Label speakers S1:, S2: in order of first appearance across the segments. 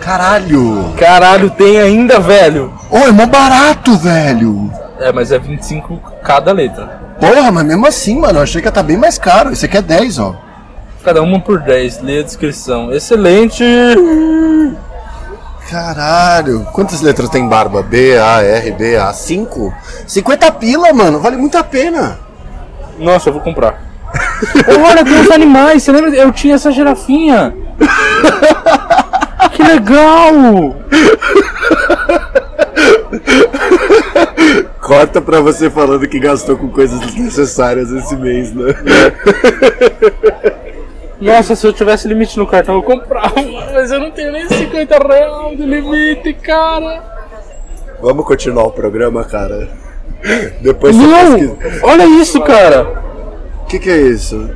S1: Caralho!
S2: Caralho, tem ainda, velho.
S1: Ô, é mó barato, velho!
S2: É, mas é 25 cada letra.
S1: Porra, mas mesmo assim, mano, eu achei que ia tá bem mais caro. Esse aqui é 10, ó.
S2: Cada uma por 10. Leia a descrição. Excelente!
S1: Caralho! Quantas letras tem barba? B, A, R, B, A. 5? 50 pila, mano. Vale muito a pena.
S2: Nossa, eu vou comprar. Olha, tem os animais. Você lembra? Eu tinha essa girafinha. que legal!
S1: Corta pra você falando que gastou com coisas desnecessárias esse mês, né?
S2: Nossa, se eu tivesse limite no cartão eu comprava, mas eu não tenho nem 50 reais de limite, cara.
S1: Vamos continuar o programa, cara. Depois você
S2: Não!
S1: pesquisa.
S2: Olha isso, cara!
S1: O que, que é isso?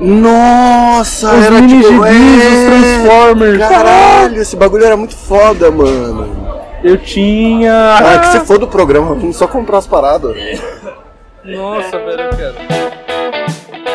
S1: Nossa,
S2: Os
S1: era
S2: mini
S1: tipo.
S2: gibis, os
S1: é,
S2: Transformers.
S1: Caralho, esse bagulho era muito foda, mano.
S2: Eu tinha.
S1: Ah, que você for do programa, vamos só comprar as paradas.
S2: Nossa, velho, cara.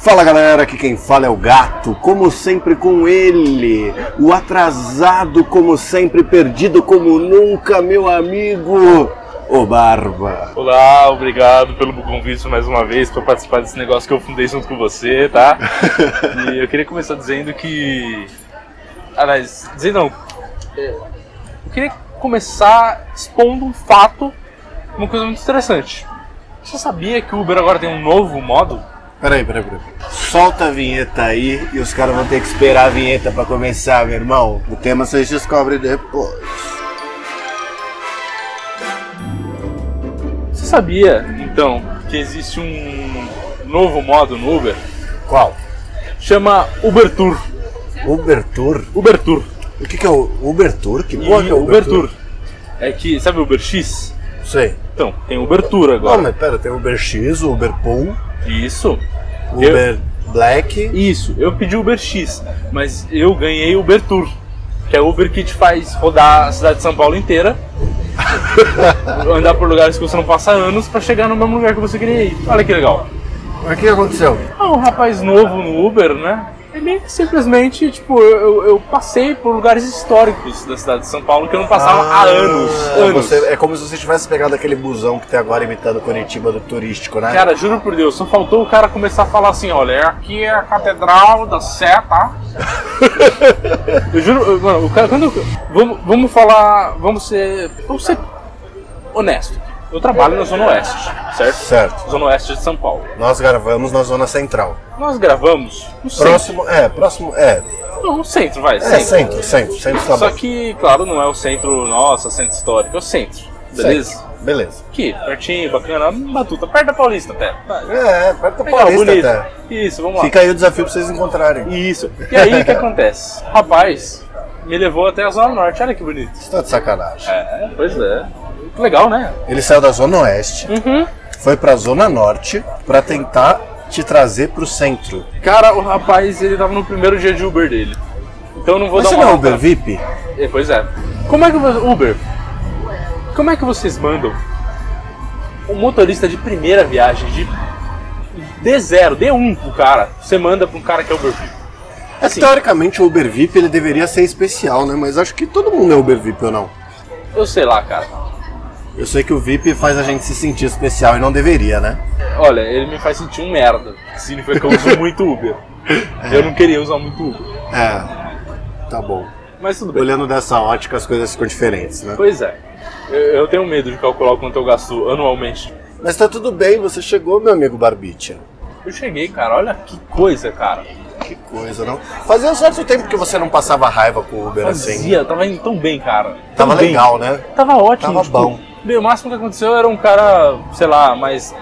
S1: Fala galera, aqui quem fala é o gato, como sempre com ele, o atrasado como sempre, perdido como nunca, meu amigo, o Barba.
S3: Olá, obrigado pelo convite mais uma vez para participar desse negócio que eu fundei junto com você, tá? e eu queria começar dizendo que. Aliás, dizer não. É, Eu queria começar expondo um fato, uma coisa muito interessante. Você sabia que o Uber agora tem um novo modo?
S1: Peraí, peraí, peraí. Solta a vinheta aí e os caras vão ter que esperar a vinheta pra começar, meu irmão. O tema vocês descobrem depois.
S3: Você sabia, então, que existe um novo modo no Uber?
S1: Qual?
S3: Chama Uber Tour.
S1: Uber Tour?
S3: Uber Tour.
S1: O que que é o Uber Tour? Que
S3: E
S1: porra que é o Uber,
S3: Uber Tour. É que, sabe o Uber X?
S1: Não Sei.
S3: Então, tem Uber Tour agora.
S1: Não, mas pera, tem Uber X, Uber Pool,
S3: Isso.
S1: Uber Black.
S3: Isso, eu pedi Uber X, mas eu ganhei Uber Tour, que é Uber que te faz rodar a cidade de São Paulo inteira, andar por lugares que você não passa anos pra chegar no mesmo lugar que você queria ir. Olha que legal.
S1: Mas o que aconteceu?
S3: Ah, um rapaz novo no Uber, né? Ele simplesmente, tipo, eu, eu- eu passei por lugares históricos da cidade de São Paulo que eu não passava há anos.
S1: Ah,
S3: anos.
S1: você- é como se você tivesse pegado aquele busão que tem agora imitando Curitiba do turístico, né?
S3: Cara, juro por Deus, só faltou o cara começar a falar assim, olha, aqui é a Catedral da Sé, tá? eu juro, eu- mano, o cara, quando eu, vamos, vamos falar, vamos ser, vamos ser honesto. Eu trabalho na Zona Oeste, certo?
S1: Certo.
S3: Zona Oeste de São Paulo.
S1: Nós gravamos na zona central.
S3: Nós gravamos no centro,
S1: Próximo, é, próximo, é,
S3: não, no centro, vai,
S1: é
S3: centro.
S1: centro, centro, centro tá
S3: Só
S1: bom.
S3: que, claro, não é o centro, nossa, centro histórico, é o centro, beleza?
S1: Centro. Beleza.
S3: Aqui, pertinho, bacana, batuta, perto da Paulista até.
S1: É, perto da
S3: Legal,
S1: Paulista
S3: bonito.
S1: até.
S3: Isso, vamos lá.
S1: Fica aí o desafio pra vocês encontrarem.
S3: Isso. E aí o que acontece? O Rapaz, me levou até a Zona Norte, olha que bonito.
S1: Isso tá de sacanagem.
S3: É, pois é. Que legal, né?
S1: Ele saiu da zona oeste, foi pra zona norte pra tentar te trazer pro centro.
S3: Cara, o rapaz, ele tava no primeiro dia de Uber dele. Então eu não vou
S1: Mas você
S3: dar uma.
S1: não é
S3: nota.
S1: Uber VIP?
S3: É, pois é. Como é que você. Uber, como é que vocês mandam um motorista de primeira viagem, de D0, D1 pro cara, você manda pra um cara que é Uber VIP?
S1: É, Teoricamente o Uber VIP ele deveria ser especial, né? Mas acho que todo mundo é Uber VIP ou não?
S3: Eu sei lá, cara.
S1: Eu sei que o VIP faz a gente se sentir especial e não deveria, né?
S3: Olha, ele me faz sentir um merda. Significa que eu uso muito Uber. Eu não queria usar muito Uber.
S1: É. Tá bom.
S3: Mas tudo bem.
S1: Olhando dessa ótica, as coisas ficam diferentes, né?
S3: Pois é. Eu, eu tenho medo de calcular o quanto eu gasto anualmente.
S1: Mas tá tudo bem, você chegou, meu amigo Barbicha.
S3: Eu cheguei, cara. Olha que coisa, cara.
S1: Que coisa, não? Fazia um certo tempo que você não passava raiva com o Uber assim.
S3: Fazia, tava indo tão bem, cara. Tão
S1: Tava
S3: bem.
S1: legal, né?
S3: Tava ótimo.
S1: Tava bom.
S3: bem, o máximo que aconteceu era um cara, sei lá, mais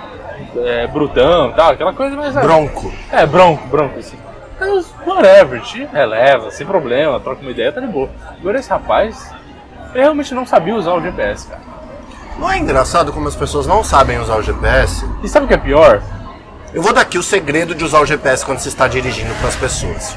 S3: é, brutão e tal, aquela coisa mais.
S1: Bronco.
S3: É, bronco, bronco, assim. Mas, whatever, te releva, sem problema, troca uma ideia, tá de boa. Agora esse rapaz, ele realmente não sabia usar o GPS, cara.
S1: Não é engraçado como as pessoas não sabem usar o GPS?
S3: E sabe o que é pior?
S1: Eu vou dar aqui o segredo de usar o GPS quando você está dirigindo para as pessoas.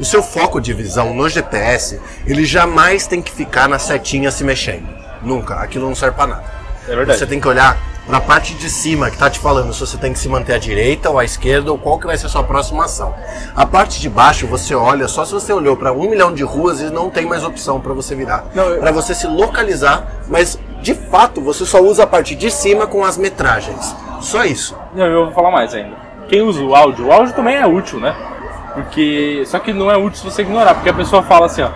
S1: O seu foco de visão no GPS, ele jamais tem que ficar na setinha se mexendo. Nunca. Aquilo não serve para nada.
S3: É verdade.
S1: Você tem que olhar na parte de cima que tá te falando se você tem que se manter à direita ou à esquerda ou qual que vai ser a sua próxima ação. A parte de baixo você olha só se você olhou para um milhão de ruas e não tem mais opção para você virar.
S3: Não, eu-
S1: Para você se localizar, mas de fato você só usa a parte de cima com as metragens. Só isso.
S3: Não, eu vou falar mais ainda. Quem usa o áudio, o áudio também é útil, né? Porque. Só que não é útil se você ignorar, porque a pessoa fala assim, ó.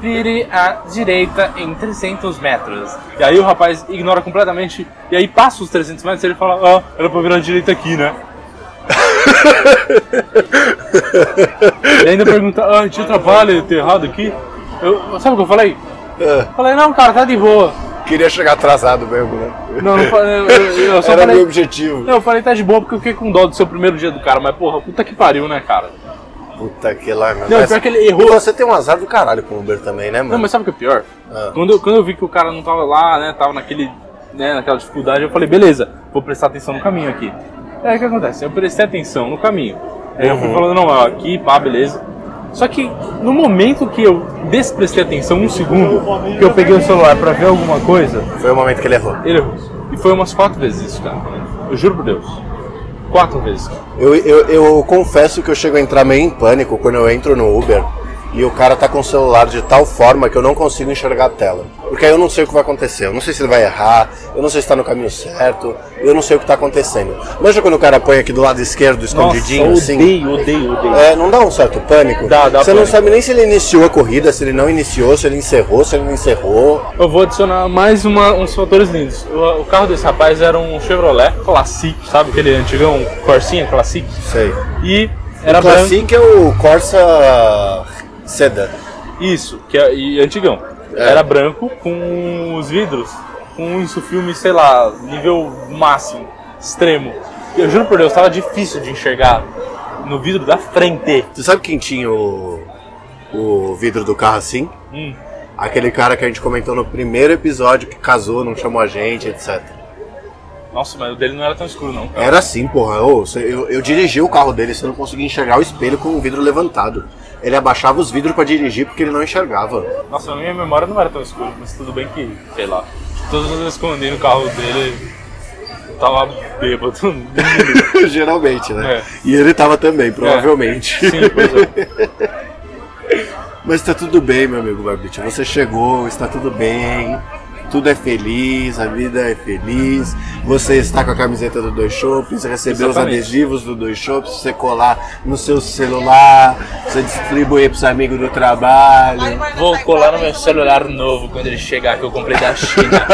S3: Vire à direita em 300 metros. E aí o rapaz ignora completamente. E aí passa os 300 metros e ele fala: Ó, era pra virar à direita aqui, né? e ainda pergunta: Ah, te atrapalha, tá errado aqui? Eu, sabe o que eu falei? Falei: Não, cara, tá de boa.
S1: Queria chegar atrasado mesmo, né?
S3: Não, não falei. Eu, eu- eu só
S1: Era
S3: falei.
S1: meu objetivo.
S3: Não, eu falei tá de boa porque eu fiquei com dó do seu primeiro dia do cara, mas porra, puta que pariu, né, cara?
S1: Puta que lá, meu.
S3: Não,
S1: Mas-
S3: pior que ele
S1: E
S3: errou.
S1: Você tem um azar do caralho com o Uber também, né, mano?
S3: Não, mas sabe o que é pior?
S1: Ah.
S3: Quando, eu, quando eu vi que o cara não tava lá, né, tava naquele, né, naquela dificuldade, eu falei, beleza, vou prestar atenção no caminho aqui. Aí o que acontece? Eu prestei atenção no caminho. Aí
S1: Uhum.
S3: eu fui falando, não, ó, aqui, pá, beleza. Só que no momento que eu desprestei atenção, um segundo, que eu peguei o celular pra ver alguma coisa,
S1: Foi o momento que ele errou.
S3: ele errou. E foi umas quatro vezes isso, cara. Eu juro por Deus. Quatro vezes, cara.
S1: Eu, eu, eu confesso que eu chego a entrar meio em pânico quando eu entro no Uber e o cara tá com o celular de tal forma que eu não consigo enxergar a tela. Porque aí eu não sei o que vai acontecer. Eu não sei se ele vai errar, eu não sei se tá no caminho certo, eu não sei o que tá acontecendo. Manja quando o cara põe aqui do lado esquerdo, escondidinho,
S3: Nossa,
S1: assim?
S3: odeio, odeio, odeio.
S1: É, não dá um certo pânico?
S3: Dá, dá
S1: Você não
S3: pânico.
S1: sabe nem se ele iniciou a corrida, se ele não iniciou, se ele encerrou, se ele não encerrou.
S3: Eu vou adicionar mais uma, uns fatores lindos. O, o carro desse rapaz era um Chevrolet Classic, sabe aquele antigão Corsinha Classic?
S1: Sei.
S3: E era
S1: o Classic é o Corsa Sedan.
S3: branco. Isso, que é e antigão. Era branco com os vidros, com isso filme, sei lá, nível máximo, extremo. Eu juro por Deus, tava difícil de enxergar no vidro da frente.
S1: Você sabe quem tinha o, o vidro do carro assim?
S3: Hum.
S1: Aquele cara que a gente comentou no primeiro episódio que casou, não chamou a gente, etc.
S3: Nossa, mas o dele não era tão escuro não. cara.
S1: Era assim, porra. Ô, cê- eu, eu dirigi o carro dele, você não conseguia enxergar o espelho com o vidro levantado. Ele abaixava os vidros pra dirigir porque ele não enxergava.
S3: Nossa, na minha memória não era tão escuro, mas tudo bem que, sei lá. Todas as vezes que eu andei no carro dele, eu tava bêbado.
S1: Geralmente, né?
S3: É.
S1: E ele tava também, provavelmente.
S3: Sim, pois é.
S1: Mas tá tudo bem, meu amigo Barbite. Você chegou, está tudo bem. Tudo é feliz, a vida é feliz. Você está com a camiseta do Dois Shops, recebeu os
S3: Exatamente.
S1: adesivos do Dois Shops, você colar no seu celular, você distribuir pros amigos do trabalho.
S3: Vou colar no meu celular novo quando ele chegar, que eu comprei da China.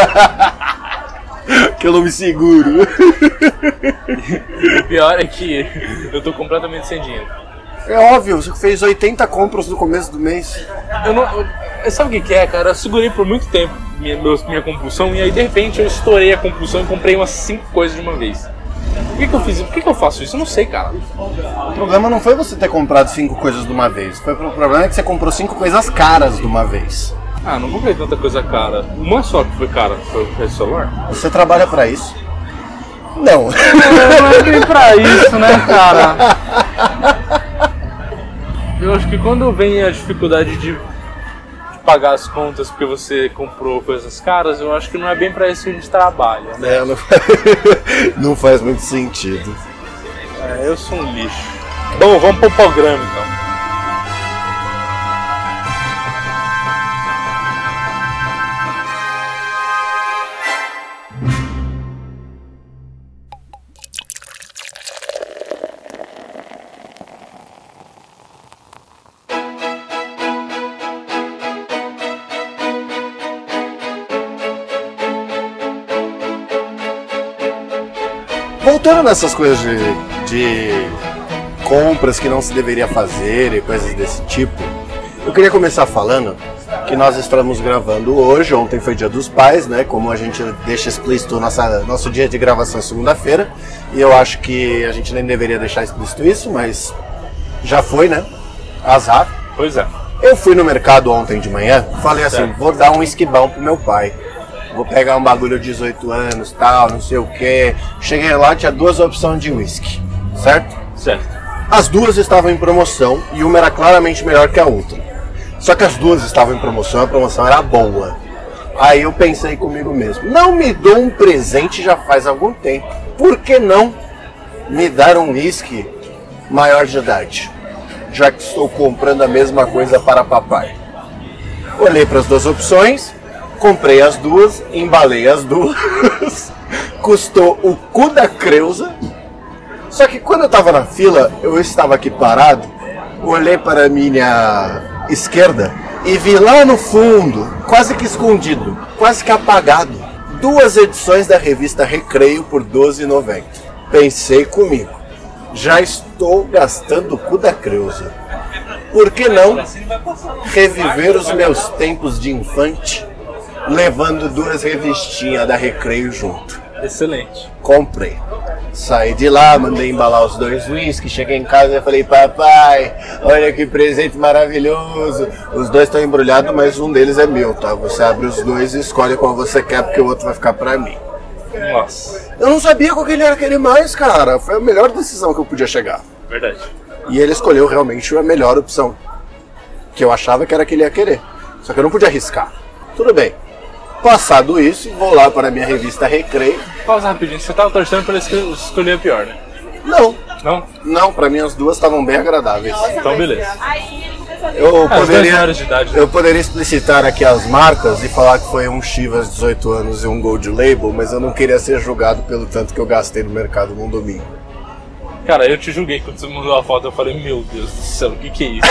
S1: Que eu não me seguro.
S3: O pior é que eu tô completamente sem dinheiro.
S1: É óbvio, você fez 80 compras no começo do mês.
S3: Eu não. eu- sabe o que, que é, cara? Eu segurei por muito tempo minha, meus- minha compulsão e aí de repente eu estourei a compulsão e comprei umas cinco coisas de uma vez. Por que, que eu fiz isso? Por que, que eu faço isso? Eu não sei, cara.
S1: O problema não foi você ter comprado cinco coisas de uma vez. Foi o problema é que você comprou cinco coisas caras de uma vez.
S3: Ah, não comprei tanta coisa cara. Uma só que foi cara, foi o celular.
S1: Você trabalha para isso? Não.
S3: Eu não vim pra isso, né, cara? Eu acho que quando vem a dificuldade de de pagar as contas porque você comprou coisas caras, eu acho que não é bem pra isso que a gente trabalha. né?
S1: É, não, faz, não faz muito sentido.
S3: É, eu sou um lixo. Bom, vamos pro programa então.
S1: Voltando nessas coisas de, de compras que não se deveria fazer e coisas desse tipo. Eu queria começar falando que nós estamos gravando hoje, ontem foi dia dos pais, né? Como a gente deixa explícito nossa, nosso dia de gravação é segunda-feira, e eu acho que a gente nem deveria deixar explícito isso, mas já foi, né? Azar.
S4: Pois é.
S1: Eu fui no mercado ontem de manhã, falei assim,
S4: Certo.
S1: vou dar um esquibão pro meu pai. Vou pegar um bagulho de 18 anos, tal, não sei o quê. Cheguei lá, tinha duas opções de uísque, certo?
S4: Certo.
S1: As duas estavam em promoção e uma era claramente melhor que a outra. Só que as duas estavam em promoção e a promoção era boa. Aí eu pensei comigo mesmo, não me dou um presente já faz algum tempo. Por que não me dar um uísque maior de idade? Já que estou comprando a mesma coisa para papai. Olhei para as duas opções, comprei as duas, embalei as duas. Custou o cu da Creuza, só que quando eu tava na fila, eu estava aqui parado, olhei para a minha esquerda e vi lá no fundo, quase que escondido, quase que apagado, duas edições da revista Recreio por R$ 12,90. Pensei comigo, já estou gastando o cu da Creuza. Por que não reviver os meus tempos de infante levando duas revistinhas da Recreio junto?
S4: Excelente.
S1: comprei. Saí de lá, mandei embalar os dois uísques, cheguei em casa e falei, papai, olha que presente maravilhoso. Os dois estão embrulhados, mas um deles é meu, tá? Você abre os dois e escolhe qual você quer, porque o outro vai ficar pra mim.
S4: Nossa.
S1: Eu não sabia qual que ele era aquele mais, cara. Foi a melhor decisão que eu podia chegar.
S4: Verdade.
S1: E ele escolheu realmente a melhor opção. Que eu achava que era que ele ia querer. Só que eu não podia arriscar. Tudo bem. Passado isso, vou lá para a minha revista Recreio.
S4: Pausa rapidinho. Você tava torcendo pra escol- escolher a pior, né?
S1: Não,
S4: Não?
S1: Não, pra mim as duas estavam bem agradáveis.
S4: Então beleza.
S5: Aí ele começou a ver.
S1: Eu
S4: As duas
S1: poderia,
S4: maiores de idade. né?
S1: eu poderia explicitar aqui as marcas e falar que foi um Chivas 18 anos e um Gold Label, mas eu não queria ser julgado pelo tanto que eu gastei no mercado num domingo.
S4: Cara, eu te julguei quando você mandou a foto. Eu falei, meu Deus do céu, o que que é isso?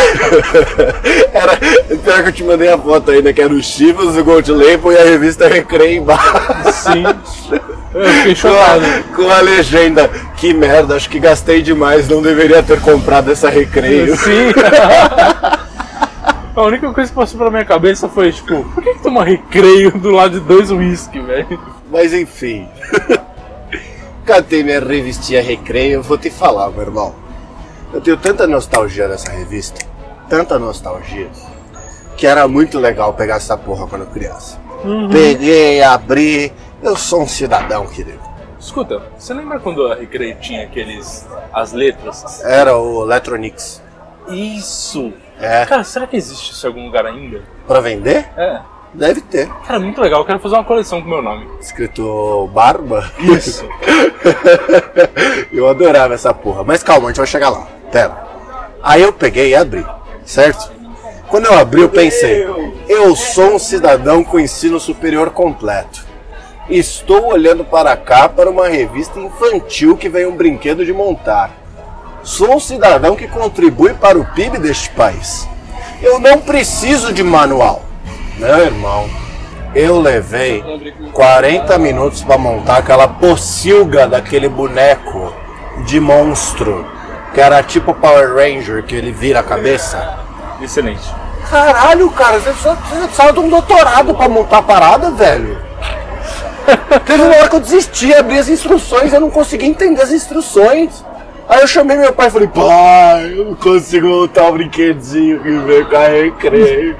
S1: Era, pior que eu te mandei a foto ainda, que era o Chivas, o Gold Label e a revista Recreio embaixo.
S4: Sim. Eu fiquei
S1: Com
S4: chocado.
S1: a, com a legenda, que merda, acho que gastei demais, não deveria ter comprado essa recreio.
S4: Sim. A única coisa que passou pela minha cabeça foi, tipo, por que, que tem uma recreio do lado de dois uísque, velho?
S1: Mas enfim. Catei minha revistinha Recreio, eu vou te falar, meu irmão. Eu tenho tanta nostalgia dessa revista, tanta nostalgia, que era muito legal pegar essa porra quando criança. Peguei, abri, eu sou um cidadão, querido.
S4: Escuta, você lembra quando a recreio tinha aqueles. as letras?
S1: Era o Electronics.
S4: Isso!
S1: É,
S4: Cara, será que existe isso em algum lugar ainda?
S1: pra vender?
S4: É.
S1: Deve ter.
S4: Cara, muito legal, eu quero fazer uma coleção com meu nome.
S1: Escrito Barba.
S4: Isso.
S1: eu adorava essa porra. Mas calma, a gente vai chegar lá. Pera. Aí eu peguei e abri, certo? Quando eu abri, eu pensei: eu sou um cidadão com ensino superior completo. Estou olhando para cá para uma revista infantil que vem um brinquedo de montar. Sou um cidadão que contribui para o PIB deste país. Eu não preciso de manual. Meu irmão, eu levei 40 minutos para montar aquela pocilga daquele boneco de monstro, que era tipo Power Ranger, que ele vira a cabeça.
S4: Excelente.
S1: Caralho, cara, você precisa, você precisava de um doutorado pra montar a parada, velho. Teve uma hora que eu desisti, abri as instruções, eu não consegui entender as instruções. Aí eu chamei meu pai e falei, pai, eu não consigo montar o brinquedinho que veio com a recreio.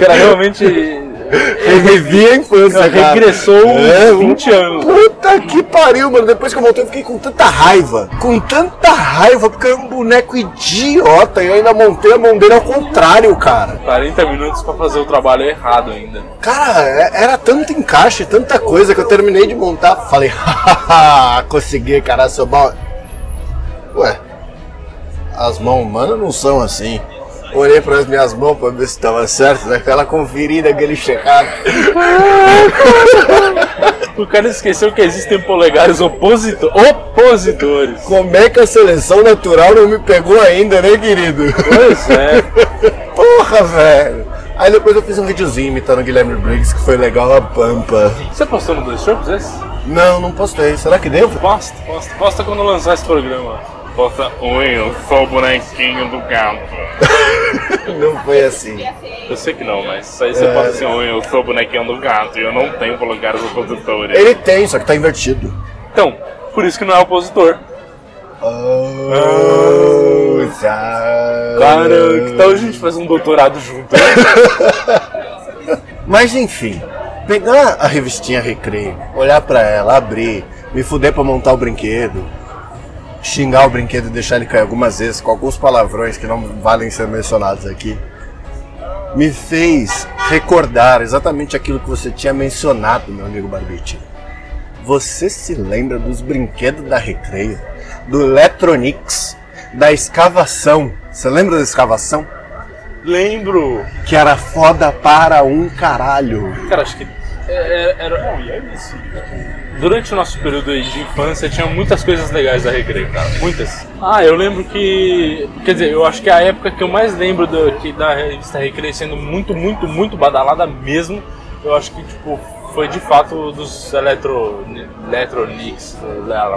S4: Cara, realmente.
S1: Revivi a infância, cara.
S4: Regressou uns
S1: É, um-
S4: 20 anos.
S1: Puta que pariu, mano. Depois que eu voltei, eu fiquei com tanta raiva. Com tanta raiva, porque era um boneco idiota. E eu ainda montei a mão dele ao contrário, cara.
S4: 40 minutos pra fazer o trabalho errado ainda.
S1: Cara, é- era tanto encaixe, tanta coisa que eu terminei de montar. Falei, hahaha, consegui, cara, seu bom. Ué, as mãos humanas não são assim. Olhei para as minhas mãos para ver se estava certo, daquela conferida, aquele checado.
S4: O cara esqueceu que existem polegares oposito opositores.
S1: Como é que a seleção natural não me pegou ainda, né, querido?
S4: Pois é.
S1: Porra, velho! Aí depois eu fiz um videozinho imitando o Guilherme Briggs, que foi legal a pampa.
S4: Você postou no dois é shows esse?
S1: Não, não postei. Será que devo?
S4: Posta, posta, posta quando lançar esse programa.
S3: Nossa, oi, eu sou o bonequinho do gato.
S1: Não foi assim.
S3: Eu sei que não, mas aí
S4: É.
S3: você pode assim, oi, eu sou o bonequinho do gato e eu não tenho pro lugar dos opositores.
S1: Ele tem, só que tá invertido.
S3: Então, por isso que não é opositor.
S1: Oh, exato.
S3: Cara, que
S4: então
S3: tal a gente fazer um doutorado junto?
S1: Mas enfim, pegar a revistinha Recreio, olhar pra ela, abrir, me fuder pra montar o brinquedo, xingar o brinquedo e deixar ele cair algumas vezes com alguns palavrões que não valem ser mencionados aqui, me fez recordar exatamente aquilo que você tinha mencionado, meu amigo Barbite. Você se lembra dos brinquedos da Recreio, do Electronics, da escavação? Você lembra da escavação?
S3: Lembro!
S1: Que era foda para um caralho.
S3: Cara, acho que era. era- Durante o nosso período aí de infância, tinha muitas coisas legais da Recreio, cara. Muitas. Ah, eu lembro que. Quer dizer, eu acho que é a época que eu mais lembro do, que da revista Recreio sendo muito, muito, muito badalada mesmo, eu acho que, tipo, foi de fato dos eletro. Electronics.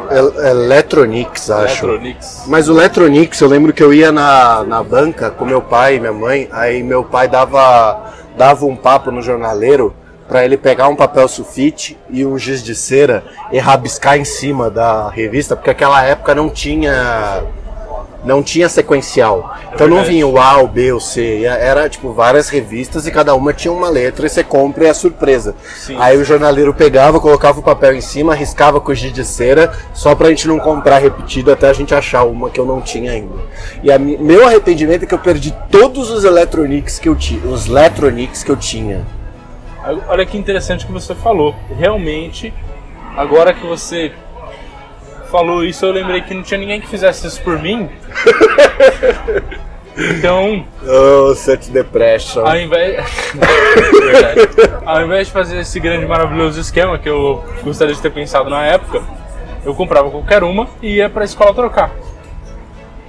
S1: El- É, Electronics, acho.
S3: Electronics.
S1: Mas o Electronics, eu lembro que eu ia na, na banca com meu pai e minha mãe, aí meu pai dava, dava um papo no jornaleiro pra ele pegar um papel sulfite e um giz de cera e rabiscar em cima da revista, porque aquela época não tinha não tinha sequencial. Então não
S3: verdade.
S1: vinha o A, o B, o C, ia- era tipo várias revistas e cada uma tinha uma letra e você compra e é surpresa.
S3: Sim.
S1: Aí o jornaleiro pegava, colocava o papel em cima, riscava com giz de cera, só pra gente não comprar repetido até a gente achar uma que eu não tinha ainda. E a mi- meu arrependimento é que eu perdi todos os Electronics que eu tinha, os Electronics que eu tinha.
S3: Olha que interessante que você falou. Realmente, agora que você falou isso, eu lembrei que não tinha ninguém que fizesse isso por mim. então,
S1: Oh, such depression.
S3: ao invés... Verdade. ao invés de fazer esse grande maravilhoso esquema que eu gostaria de ter pensado na época, eu comprava qualquer uma e ia pra escola trocar.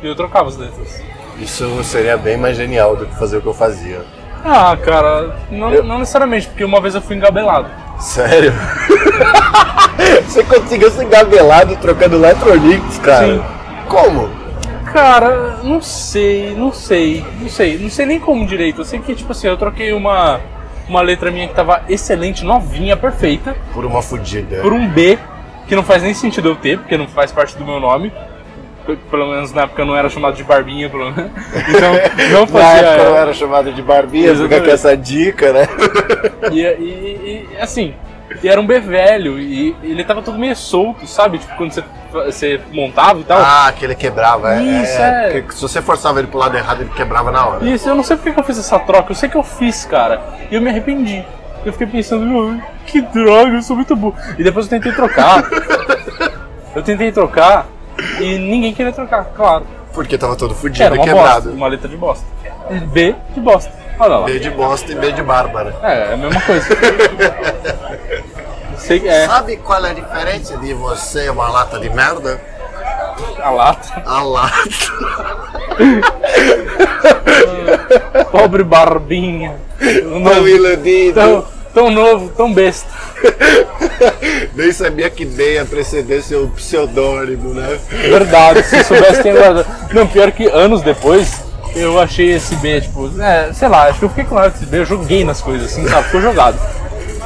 S3: E eu trocava as letras.
S1: Isso seria bem mais genial do que fazer o que eu fazia.
S3: Ah, cara, não, não necessariamente, porque uma vez eu fui engabelado.
S1: Sério? Você conseguiu se engabelado trocando Electronics, cara?
S3: Sim.
S1: Como?
S3: Cara, não sei, não sei, não sei, não sei nem como direito. Eu sei que, tipo assim, eu troquei uma, uma letra minha que tava excelente, novinha, perfeita,
S1: Por uma fudida.
S3: por um B, que não faz nem sentido eu ter, porque não faz parte do meu nome. P- Pelo menos na época eu não era chamado de Barbinha, pelo menos. Então, não
S1: Na
S3: fazia.
S1: época eu era chamado de barbinha, fica com
S3: é. Exatamente.
S1: essa dica, né?
S3: E, e- e- assim, e era um B velho, e ele tava todo meio solto, sabe? Tipo, quando você, você montava e tal.
S1: Ah, que ele quebrava. é- é,
S3: Isso, é.
S1: porque se você forçava ele pro lado errado, ele quebrava na hora.
S3: Isso, eu não sei porque que eu fiz essa troca, eu sei que eu fiz, cara. E eu me arrependi. Eu fiquei pensando, "Meu, que droga, eu sou muito burro. E depois eu tentei trocar. eu tentei trocar e ninguém queria trocar, claro.
S1: Porque tava todo
S3: Era
S1: fudido e
S3: uma bosta,
S1: quebrado.
S3: uma letra de bosta. E B de bosta. Olha lá.
S1: B de bosta e B de bárbara.
S3: É, é a mesma coisa. sei que é
S1: Sabe qual é a diferença de você e uma lata de merda?
S3: a lata.
S1: A lata.
S3: Pobre barbinha.
S1: Tão
S3: Novo,
S1: iludido.
S3: tão, tão novo, tão besta.
S1: Nem sabia que B ia preceder seu pseudônimo, né?
S3: Verdade, se soubesse tinha guardado. Não, pior que anos depois eu achei esse B, tipo, é, sei lá, acho que eu fiquei com raiva desse B, eu joguei nas coisas, assim, sabe? Ficou jogado.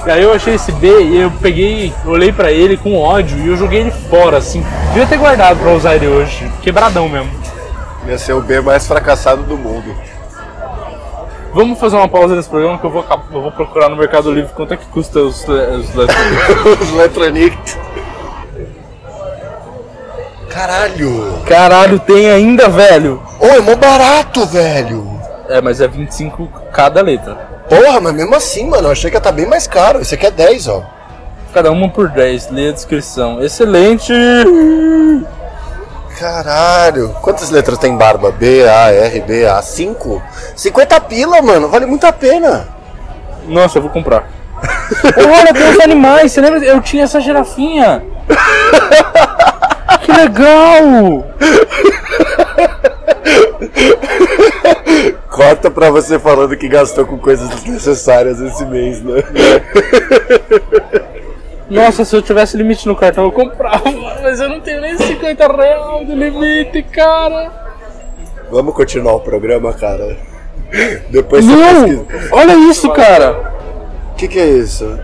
S3: E aí eu achei esse B e eu peguei, olhei pra ele com ódio e eu joguei ele fora, assim. Devia ter guardado pra usar ele hoje, quebradão mesmo.
S1: Ia ser o B mais fracassado do mundo.
S3: Vamos fazer uma pausa nesse programa que eu vou, acab- eu vou procurar no Mercado Livre quanto é que custa os, le- os laptops.
S1: Os Electronics. Caralho!
S3: Caralho, tem ainda, velho!
S1: Ô, é mó barato, velho!
S3: É, mas é 25 cada letra.
S1: Porra, mas mesmo assim, mano, eu achei que ia tá bem mais caro. Esse aqui é 10, ó.
S3: Cada uma por 10, lê a descrição. Excelente!
S1: Caralho. Quantas letras tem barba? B, A, R, B, A. 5? 50 pila, mano. Vale muito a pena.
S3: Nossa, eu vou comprar. Olha, tem os animais, você lembra? Eu tinha essa girafinha. Que legal!
S1: Corta pra você falando que gastou com coisas desnecessárias esse mês, né?
S3: Nossa, se eu tivesse limite no cartão, eu comprava. Mas eu não tenho nem 50 real de limite, cara.
S1: Vamos continuar o programa, cara. Depois você
S3: Não!
S1: pesquisa.
S3: Olha isso, cara.
S1: O que, que é isso?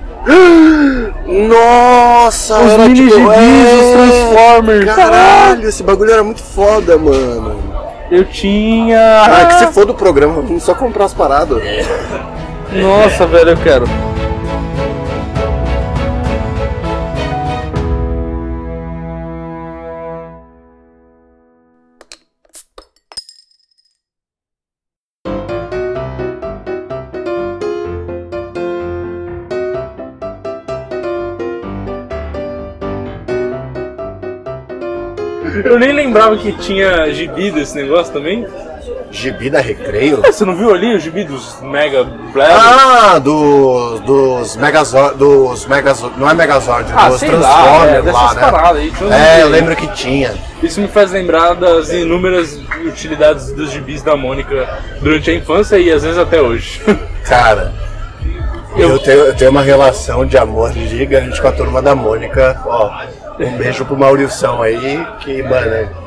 S1: Nossa,
S3: Os
S1: era
S3: mini
S1: tipo,
S3: gibis,
S1: é,
S3: os Transformers.
S1: Caralho, esse bagulho era muito foda, mano.
S3: Eu tinha.
S1: Ah, que se for do programa, vamos só comprar as paradas.
S3: Nossa, velho, eu quero. Eu nem lembrava que tinha gibi desse negócio também. Ah,
S1: Gibi da Recreio?
S3: Você não viu ali o gibi dos Mega Blast?
S1: Ah, do, dos Megazord, dos Megazord, não é Megazord,
S3: Ah,
S1: dos
S3: sei lá, é,
S1: Transformers lá,
S3: dessas
S1: né?
S3: paradas aí. tinha uns
S1: É, eu
S3: desenhos.
S1: lembro que tinha.
S3: Isso me faz lembrar das inúmeras utilidades dos gibis da Mônica durante a infância e às vezes até hoje.
S1: Cara, eu, tenho, eu tenho uma relação de amor gigante com a turma da Mônica. Ó, um beijo pro Maurição aí, que, mano.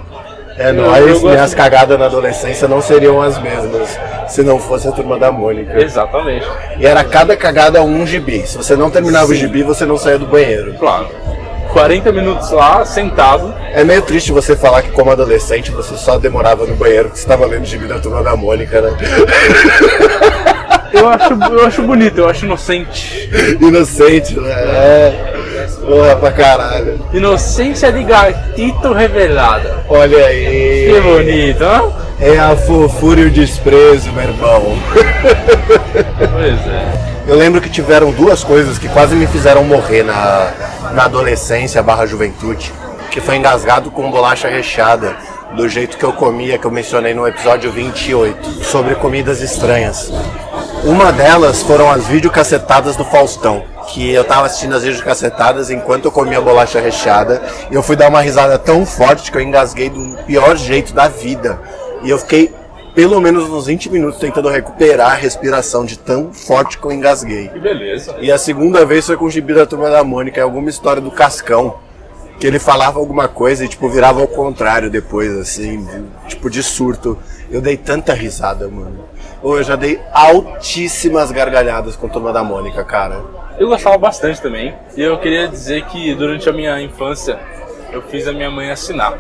S1: É
S3: Não, eu
S1: nóis,
S3: gosto-
S1: minhas cagadas na adolescência não seriam as mesmas se não fosse a turma da Mônica.
S3: Exatamente.
S1: E era cada cagada um gibi. Se você não terminava o gibi, você não saía do banheiro.
S3: Claro. 40 minutos lá, sentado.
S1: É meio triste você falar que como adolescente você só demorava no banheiro porque você tava lendo gibi da turma da Mônica, né?
S3: Eu acho, eu acho bonito, eu acho inocente.
S1: Inocente, né? É. Porra pra caralho.
S3: Inocência de gatito revelada.
S1: Olha
S3: Que
S1: aí.
S3: bonito, hã?
S1: É a fofura e o desprezo, meu irmão.
S3: Pois é.
S1: Eu lembro que tiveram duas coisas que quase me fizeram morrer na, na adolescência barra juventude. Que foi engasgado com bolacha recheada, do jeito que eu comia, que eu mencionei no episódio 28, sobre comidas estranhas. Uma delas foram as videocassetadas do Faustão, que eu tava assistindo as videocassetadas enquanto eu comia bolacha recheada, e eu fui dar uma risada tão forte que eu engasguei do pior jeito da vida. E eu fiquei pelo menos uns 20 minutos tentando recuperar a respiração de tão forte que eu engasguei.
S3: Que beleza.
S1: E a segunda vez foi com o gibi da turma da Mônica, em alguma história do Cascão. Que ele falava alguma coisa e, tipo, virava ao contrário depois, assim, tipo, de surto. Eu dei tanta risada, mano. Ou eu já dei altíssimas gargalhadas com a turma da Mônica, cara.
S3: Eu gostava bastante também. E eu queria dizer que durante a minha infância eu fiz a minha mãe assinar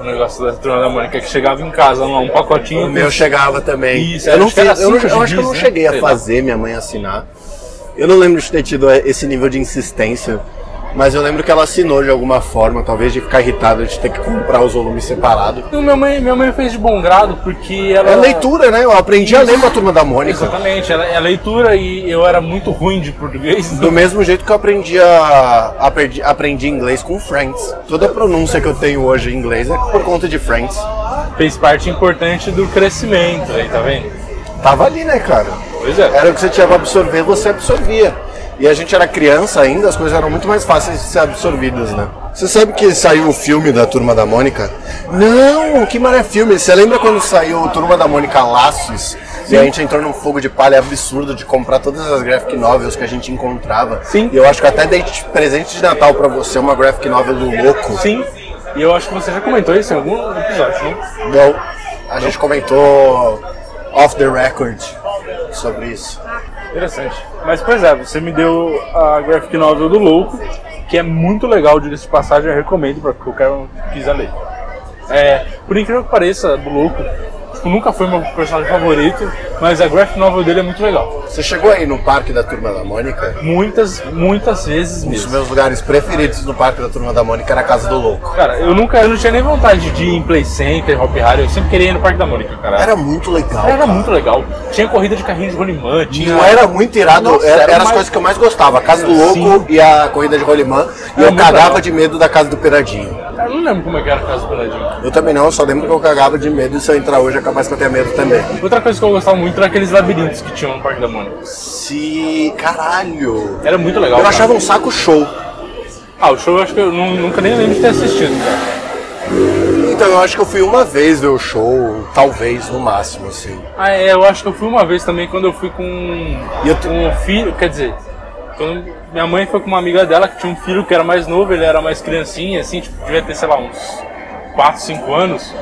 S3: o negócio da turma da Mônica que chegava em casa lá um pacotinho.
S1: O meu chegava também.
S3: Isso,
S1: eu não
S3: acho que era
S1: fiz- eu não-
S3: cinco
S1: eu acho que eu
S3: gibis,
S1: não
S3: né?
S1: cheguei a
S3: Sei lá.
S1: fazer minha mãe assinar. Eu não lembro de ter tido é, esse nível de insistência, mas eu lembro que ela assinou de alguma forma, talvez de ficar irritada de ter que comprar os volumes separados.
S3: Não, minha mãe, minha mãe fez de bom grado porque ela
S1: É leitura, né? Eu aprendi a ler uma turma da Mônica.
S3: Exatamente, ela é leitura e eu era muito ruim de português.
S1: Do mesmo jeito que eu aprendi, a, aprendi, aprendi inglês com Friends. Toda a pronúncia que eu tenho hoje em inglês é por conta de Friends.
S3: Fez parte importante do crescimento aí, tá vendo?
S1: Tava ali, né, cara?
S3: Pois é.
S1: Era o que você tinha pra absorver, você absorvia. E a gente era criança ainda, as coisas eram muito mais fáceis de ser absorvidas, né? Você sabe que saiu o filme da Turma da Mônica? Não, que maravilha filme. Você lembra quando saiu o Turma da Mônica Laços? E a gente entrou num fogo de palha absurdo de comprar todas as graphic novels que a gente encontrava.
S3: Sim.
S1: E eu acho que eu até dei de presente de Natal pra você uma graphic novel do louco.
S3: Sim. E eu acho que você já comentou isso em algum episódio, né?
S1: Não. A gente comentou off the record sobre isso.
S3: Interessante. Mas pois é, você me deu a graphic novel do Louco, que é muito legal, diga-se de passagem, eu recomendo pra qualquer um que quiser ler. É, por incrível que pareça, do Louco, tipo, nunca foi meu personagem favorito, mas a graphic novel dele é muito legal.
S1: Você chegou aí no parque da Turma da Mônica?
S3: Muitas, muitas vezes
S1: Um dos
S3: mesmo.
S1: meus lugares preferidos no parque da Turma da Mônica era a Casa do Louco.
S3: Cara, eu nunca, eu não tinha nem vontade de ir em Play Center, Hop Harry, eu sempre queria ir no Parque da Mônica, cara. Era,
S1: Era muito legal.
S3: muito legal. Tinha corrida de carrinho de rolimã, tinha.
S1: Não era muito irado,
S3: Nossa,
S1: era,
S3: era
S1: era as
S3: mais-
S1: coisas que eu mais gostava. A Casa do Louco
S3: Sim.
S1: e a corrida de rolimã. E
S3: Era
S1: eu
S3: muito
S1: cagava
S3: legal.
S1: de medo da Casa do Piradinho.
S3: Cara, eu não lembro como é que era a Casa do Peladinho.
S1: Eu também não, eu só lembro que eu cagava de medo. E se eu entrar hoje, é capaz que eu tenha medo também.
S3: Outra coisa que eu gostava muito era aqueles labirintos que tinham no Parque da Mônica.
S1: Se... caralho.
S3: Era muito legal.
S1: Eu
S3: cara.
S1: achava um saco show.
S3: Ah, o show eu acho que eu nu- nunca nem lembro de ter assistido, cara.
S1: Então eu acho que eu fui uma vez ver o show, talvez, no máximo, assim.
S3: Ah, é, eu acho que eu fui uma vez também quando eu fui com.
S1: E eu te-
S3: Com o filho, quer dizer. Quando minha mãe foi com uma amiga dela que tinha um filho que era mais novo, ele era mais criancinha, assim, tipo, devia ter, sei lá, uns 4, 5 anos.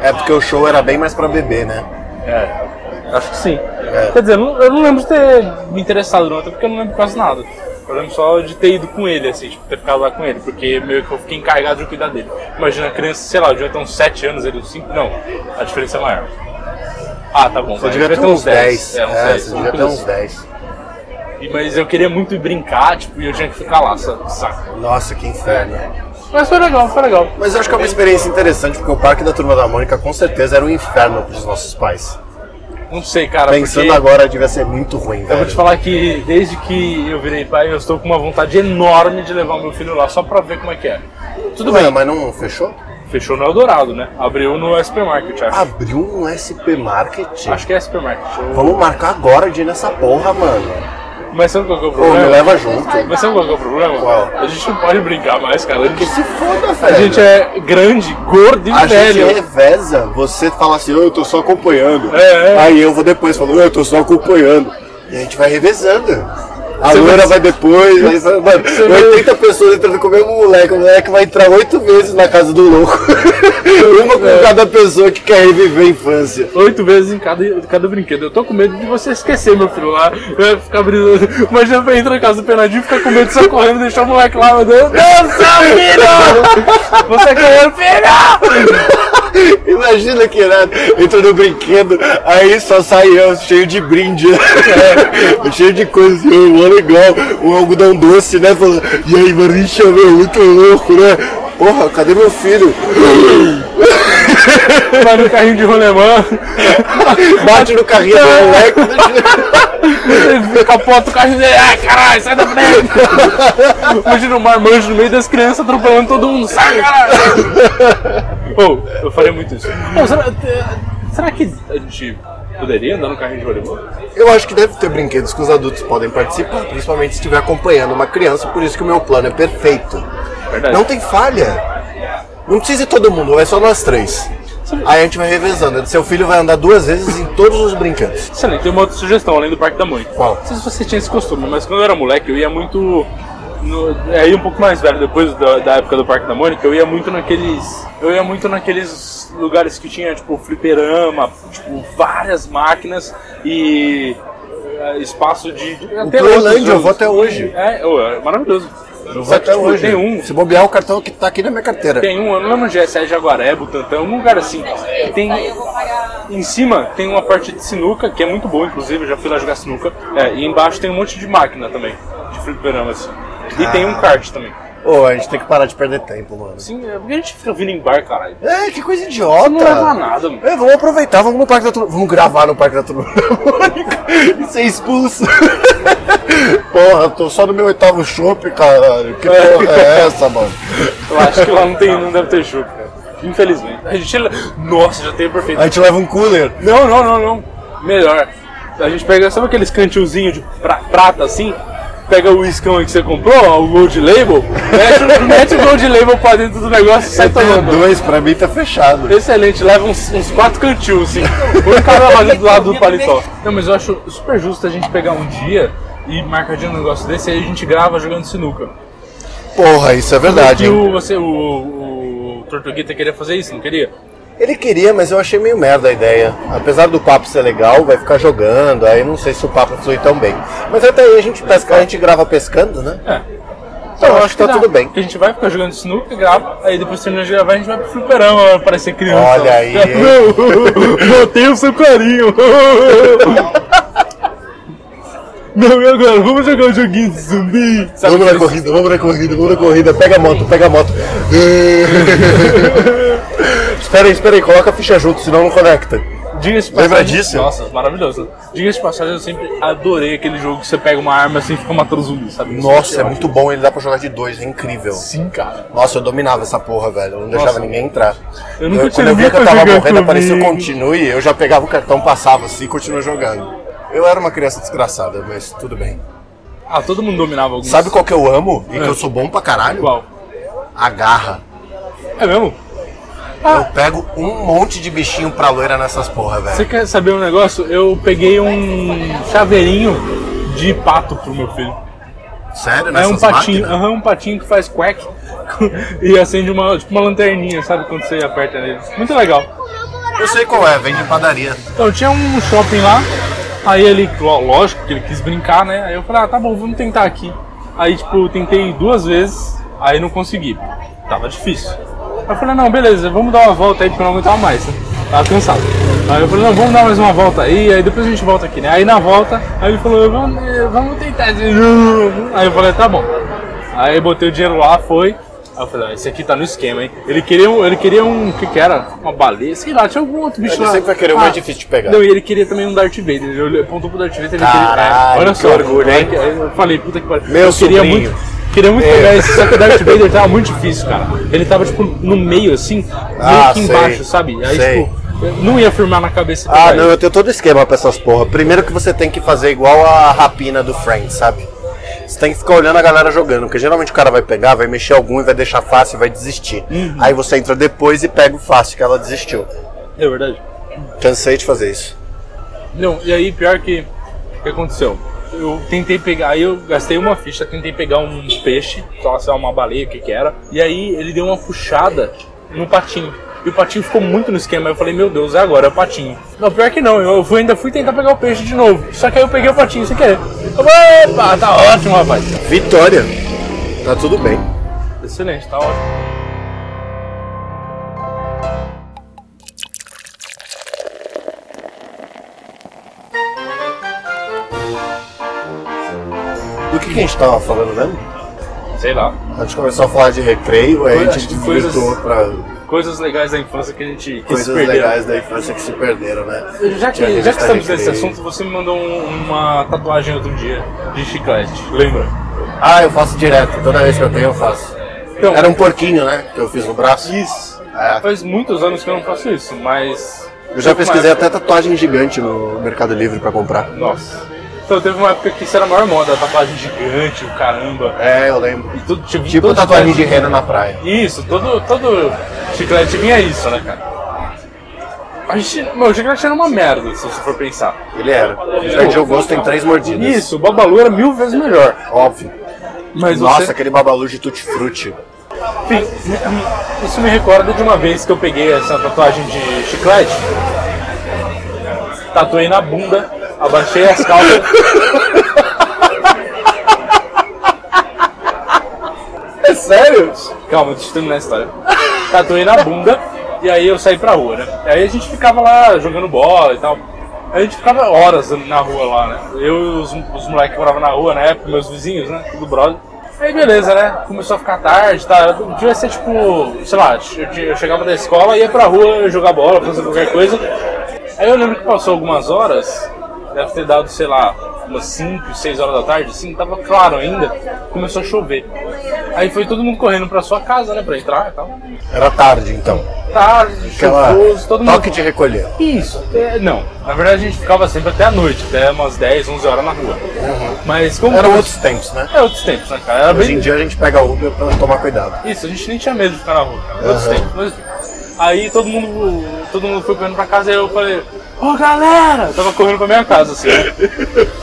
S1: É porque o show era bem mais pra bebê, né?
S3: É, acho que sim. Quer dizer, eu não, eu não lembro de ter me interessado não, até porque eu não lembro quase nada. Eu lembro só de ter ido com ele, assim, tipo, ter ficado lá com ele, porque meio que eu fiquei encarregado de cuidar dele. Imagina a criança, sei lá, eu devia ter uns 7 anos, ele uns 5, não, a diferença é maior. Ah, tá bom.
S1: Você
S3: vai,
S1: devia ter uns 10.
S3: É, uns
S1: É,
S3: 10.
S1: você
S3: uma
S1: devia ter
S3: coisa
S1: uns 10.
S3: assim. E- Mas eu queria muito ir brincar, tipo, e eu tinha que ficar lá, sa- saca?
S1: Nossa, que inferno.
S3: Mas foi legal, foi legal.
S1: Mas eu acho que é uma experiência interessante, porque o parque da Turma da Mônica com certeza era um inferno pros nossos pais.
S3: Não sei, cara,
S1: Pensando
S3: Ah, porque...
S1: agora, devia ser muito ruim,
S3: Eu vou te
S1: velho.
S3: falar que desde que eu virei pai, eu estou com uma vontade enorme de levar meu filho lá só pra ver como é que é. Tudo
S1: Ué,
S3: bem,
S1: mas não fechou?
S3: fechou no Eldorado, né? Abriu no SP Market, acho.
S1: Abriu um SP Market.
S3: Acho que é SP Market.
S1: Vamos marcar agora de ir nessa porra, mano.
S3: Mas sabe qual que é o
S1: Pô, me
S3: problema?
S1: leva junto.
S3: Mas sabe qual que é o problema?
S1: Qual?
S3: A gente não pode brincar mais, cara. A
S1: Que
S3: gente,
S1: se foda,
S3: a
S1: velho.
S3: gente é grande, gordo e
S1: A
S3: velho.
S1: gente reveza, você fala assim, "Ô, eu tô só acompanhando.
S3: É, é.
S1: Aí eu vou depois falando, "Ô, eu tô só acompanhando. E a gente vai revezando. A
S3: Você
S1: loira
S3: vai-
S1: vai depois, aí, você- mano,
S3: Você vai-
S1: 80 pessoas entrando com o mesmo moleque, o moleque vai entrar oito vezes na casa do louco. Uma com cada pessoa que quer reviver a infância.
S3: Oito vezes em cada, cada brinquedo. Eu tô com medo de você esquecer meu filho lá. Eu ia ficar brisando. Imagina pra entrar na casa do Penadinho e ficar com medo de sair correndo e deixar o moleque lá. Meu Deus, meu Deus, filho! Você querendo filho!
S1: Imagina que nada, entra no brinquedo, aí só sai eu cheio de brinde, né? cheio de coisa, assim, um ano igual, um algodão doce, né? Falando, e aí, mano, ixi, meu, muito louco, né? Porra, cadê meu filho?
S3: Vai no carrinho de rolemã,
S1: Bate no carrinho do moleque,
S3: capota o carrinho dele. Ai, caralho, sai da frente! Imagina um marmanjo no meio das crianças atropelando todo mundo. Sai, caralho! Pô, eu faria muito isso. Pô, será, será que a gente poderia andar no carrinho de rolemã?
S1: Eu acho que deve ter brinquedos que os adultos podem participar, principalmente se estiver acompanhando uma criança, por isso que o meu plano é perfeito.
S3: Verdade.
S1: Não tem falha. Não precisa ir todo mundo, é só nós três. Aí a gente vai revezando. Seu filho vai andar duas vezes em todos os brinquedos.
S3: Excelente, tem uma outra sugestão além do Parque da Mãe.
S1: Qual?
S3: Não sei se você tinha esse costume, mas quando eu era moleque, eu ia muito. no- aí um pouco mais velho, depois da, da época do Parque da Mônica, eu ia muito naqueles. Eu ia muito naqueles lugares que tinha, tipo, fliperama, tipo, várias máquinas e eh, espaço de. de
S1: O
S3: até outros
S1: Playland eu
S3: jogos.
S1: vou até hoje.
S3: É, ô, é maravilhoso.
S1: Eu vou
S3: Só que,
S1: até
S3: tipo,
S1: hoje.
S3: Tem um,
S1: Se bobear o cartão que tá aqui na minha carteira.
S3: tem um, eu não lembro onde é, se é Jaguaré, Butantã, um lugar assim. que Tem, em cima tem uma parte de sinuca, que é muito boa, inclusive, eu já fui lá jogar sinuca. É, e embaixo tem um monte de máquina também, de fliperama, assim. E tem um kart também.
S1: Ô, a gente tem que parar de perder tempo, mano.
S3: Assim, é porque a gente fica vindo em bar, caralho.
S1: É, que coisa idiota.
S3: Não leva a nada, mano.
S1: É, vamos aproveitar, vamos no Parque da Turma. Vamos gravar no Parque da Turma. e ser expulso. porra, tô só no meu oitavo chopp, caralho. Que porra é essa, mano?
S3: Eu acho que lá não tem, não deve ter chuva, cara. Infelizmente. A gente. Nossa, já tem perfeito.
S1: A gente leva um cooler.
S3: Não, não, não, não. Melhor. A gente pega, sabe aqueles cantilzinhos de pra- prata assim? Pega o iscão aí que você comprou, ó, o Gold Label, mete, mete o Gold Label pra dentro do negócio e sai
S1: Eu tenho
S3: tomando.
S1: dois, pra mim tá fechado.
S3: Excelente, leva uns, uns quatro cantil, assim. Um cara ali do lado do paletó. Não, mas eu acho super justo a gente pegar um dia e marcar de um negócio desse e aí a gente grava jogando sinuca.
S1: Porra, isso é verdade,
S3: E
S1: hein?
S3: o, você, o, o Tortuguita queria fazer isso, não queria?
S1: Ele queria, mas eu achei meio merda a ideia. Apesar do papo ser legal, vai ficar jogando, aí não sei se o papo flui tão bem. Mas até aí a gente pesca, a gente grava pescando, né?
S3: É.
S1: Então eu acho que tá
S3: dá.
S1: tudo bem.
S3: Porque a gente vai ficar jogando snooker, grava, aí depois termina de gravar, a gente vai pro fliperama vai parecer criança.
S1: Olha aí, hein?
S3: Não, botei o seu carinho. Não, e agora? Vamos jogar um joguinho de zumbi. Sabe
S1: Vamos na
S3: aqueles-
S1: corrida, vamos na corrida, vamos na corrida, pega a moto, pega a moto. espera aí, espera aí, coloca a ficha junto, senão não conecta.
S3: Diga-se de
S1: Lembra
S3: passagem-
S1: disso?
S3: Nossa, maravilhoso. Diga-se de passagem, eu sempre adorei aquele jogo que você pega uma arma assim e fica matando zumbi, sabe?
S1: Nossa, é muito bom, ele dá pra jogar de dois, é incrível.
S3: Sim, cara.
S1: Nossa, eu dominava essa porra, velho, eu não deixava
S3: Nossa.
S1: ninguém entrar.
S3: Eu nunca
S1: quando
S3: tinha
S1: eu via que eu
S3: visto
S1: tava
S3: jogar
S1: morrendo, aparecia o
S3: comigo.
S1: continue, eu já pegava o cartão, passava assim e continuava jogando. Eu era uma criança desgraçada, mas tudo bem.
S3: Ah, todo mundo dominava algum.
S1: Sabe qual que eu amo
S3: É.
S1: e que eu sou bom pra caralho?
S3: qual?
S1: A garra.
S3: É mesmo? Ah.
S1: Eu pego um monte de bichinho pra loira nessas porra, velho.
S3: Você quer saber um negócio? Eu peguei um chaveirinho de pato pro meu filho.
S1: Sério?
S3: É
S1: Nessas
S3: um patinho,
S1: máquinas?
S3: aham, um patinho que faz quack e acende uma, tipo uma lanterninha, sabe? Quando você aperta nele. Muito legal.
S1: Eu sei qual é, vende em padaria.
S3: Então tinha um shopping lá, aí ele, ló- lógico que ele quis brincar, né? Aí eu falei, ah, tá bom, vamos tentar aqui. Aí, tipo, eu tentei duas vezes, aí não consegui. Tava difícil. Aí eu falei, não, beleza, vamos dar uma volta aí, porque eu não aguentava mais, né? Tava cansado. Aí eu falei, não, vamos dar mais uma volta aí, aí depois a gente volta aqui, né? Aí na volta, aí ele falou, vamos, eh, vamos tentar. Aí eu falei, tá bom. Aí eu botei o dinheiro lá, foi. Aí eu falei, ah, esse aqui tá no esquema, hein? Ele queria um, ele queria um, o que que era? Uma baleia, sei lá, tinha algum outro bicho
S1: Ele
S3: lá.
S1: sempre vai querer um mais difícil de pegar.
S3: Ah. Não, e ele queria também um Darth Vader. Ele olhou- apontou pro Darth Vader ele queria.
S1: Caralho,
S3: Olha
S1: que
S3: só,
S1: orgulho, hein?
S3: Aí Eu falei, puta que pariu.
S1: Meu
S3: eu queria
S1: sobrinho. É.
S3: muito, queria muito pegar esse, só que o Darth Vader tava muito difícil, cara. Ele tava, tipo, no meio, assim, meio
S1: Ah,
S3: que
S1: sei.
S3: embaixo, sabe? Aí,
S1: Sei.
S3: tipo, não ia firmar na cabeça e
S1: Ah,
S3: pegar
S1: não,
S3: ele.
S1: eu tenho todo esquema pra essas porra. Primeiro que você tem que fazer igual a rapina do Friends, sabe? Você tem que ficar olhando a galera jogando, porque geralmente o cara vai pegar, vai mexer algum e vai deixar fácil e vai desistir.
S3: Uhum.
S1: Aí você entra depois e pega o fácil que ela desistiu.
S3: É verdade.
S1: Cansei de fazer isso.
S3: Não, e aí, pior que. O que aconteceu? Eu tentei pegar, aí eu gastei uma ficha, tentei pegar um peixe, só sei lá, uma baleia, o que que era. E aí ele deu uma puxada no patinho. E o patinho ficou muito no esquema. Aí eu falei, meu Deus, é agora, é o patinho. Não, pior que não, eu fui- ainda fui tentar pegar o peixe de novo. Só que aí eu peguei o patinho sem querer. Eu falei, Opa, tá ótimo, rapaz.
S1: Vitória! Tá tudo bem.
S3: Excelente, tá ótimo.
S1: Do que, que a gente tava falando, né?
S3: Sei lá.
S1: A gente começou a falar de recreio, aí a
S3: Acho
S1: gente
S3: que coisas-
S1: desvirtuou pra
S3: Coisas legais da infância que a gente que se
S1: coisas
S3: perderam.
S1: legais da infância que se perderam, né?
S3: Já que,
S1: a
S3: já
S1: gente
S3: que
S1: tá
S3: estamos nesse
S1: recreio.
S3: assunto, você me mandou um- uma tatuagem outro dia de chiclete, lembra?
S1: Ah, eu faço direto, toda vez que eu tenho eu faço.
S3: Então-
S1: Era um porquinho, né? Que eu fiz no braço.
S3: Isso.
S1: É.
S3: Faz muitos anos que eu não faço isso, mas.
S1: Eu já pesquisei até tatuagem gigante no Mercado Livre pra comprar.
S3: Nossa. Então teve uma época que isso era a maior moda, a tatuagem gigante, o caramba.
S1: É, eu lembro.
S3: E tudo, tipo,
S1: Tipo
S3: todo
S1: tatuagem de
S3: chiclete-
S1: rena na praia.
S3: Isso, todo, todo chiclete vinha isso, né, cara? A gente, meu, o chiclete era uma merda, se você for pensar.
S1: Ele era. Perdeu o gosto em três mordidas.
S3: Isso, o babalu era mil vezes melhor.
S1: Óbvio.
S3: Mas
S1: Nossa,
S3: você...
S1: aquele babalu de tutti-frutti.
S3: Enfim, isso me recorda de uma vez que eu peguei essa tatuagem de chiclete, tatuei na bunda, abaixei as calças. é sério? Calma, deixa eu terminar a história. Tatuei na bunda e aí eu saí pra rua, né? Aí a gente ficava lá jogando bola e tal. Aí a gente ficava horas na rua lá, né? Eu e os, os moleques que moravam na rua na época, meus vizinhos, né? Tudo brother. Aí beleza, né? Começou a ficar tarde, tá? Devia ser tipo, sei lá, eu, tinha- eu chegava da escola, ia pra rua jogar bola, fazer qualquer coisa. Aí eu lembro que passou algumas horas, deve ter dado, sei lá, umas 5, 6 horas da tarde, assim, tava claro ainda, começou a chover. Aí foi todo mundo correndo pra sua casa, né, pra entrar e tal.
S1: Era tarde, então.
S3: Tarde,
S1: Aquela
S3: chuvoso, todo mundo...
S1: toque de recolher.
S3: Isso, é, não. Na verdade a gente ficava sempre até a noite, até umas 10, 11 horas na rua. Mas como...
S1: Eram Uhum. outros tempos, né?
S3: É outros tempos, né, cara? Era
S1: Hoje
S3: bem...
S1: em dia a gente pega Uber pra tomar cuidado.
S3: Isso, a gente nem tinha medo de ficar na rua, cara. Outros
S1: Aham.
S3: tempos, mas enfim. Aí todo mundo, todo mundo foi correndo pra casa e eu falei, ô galera! Eu tava correndo pra minha casa, assim.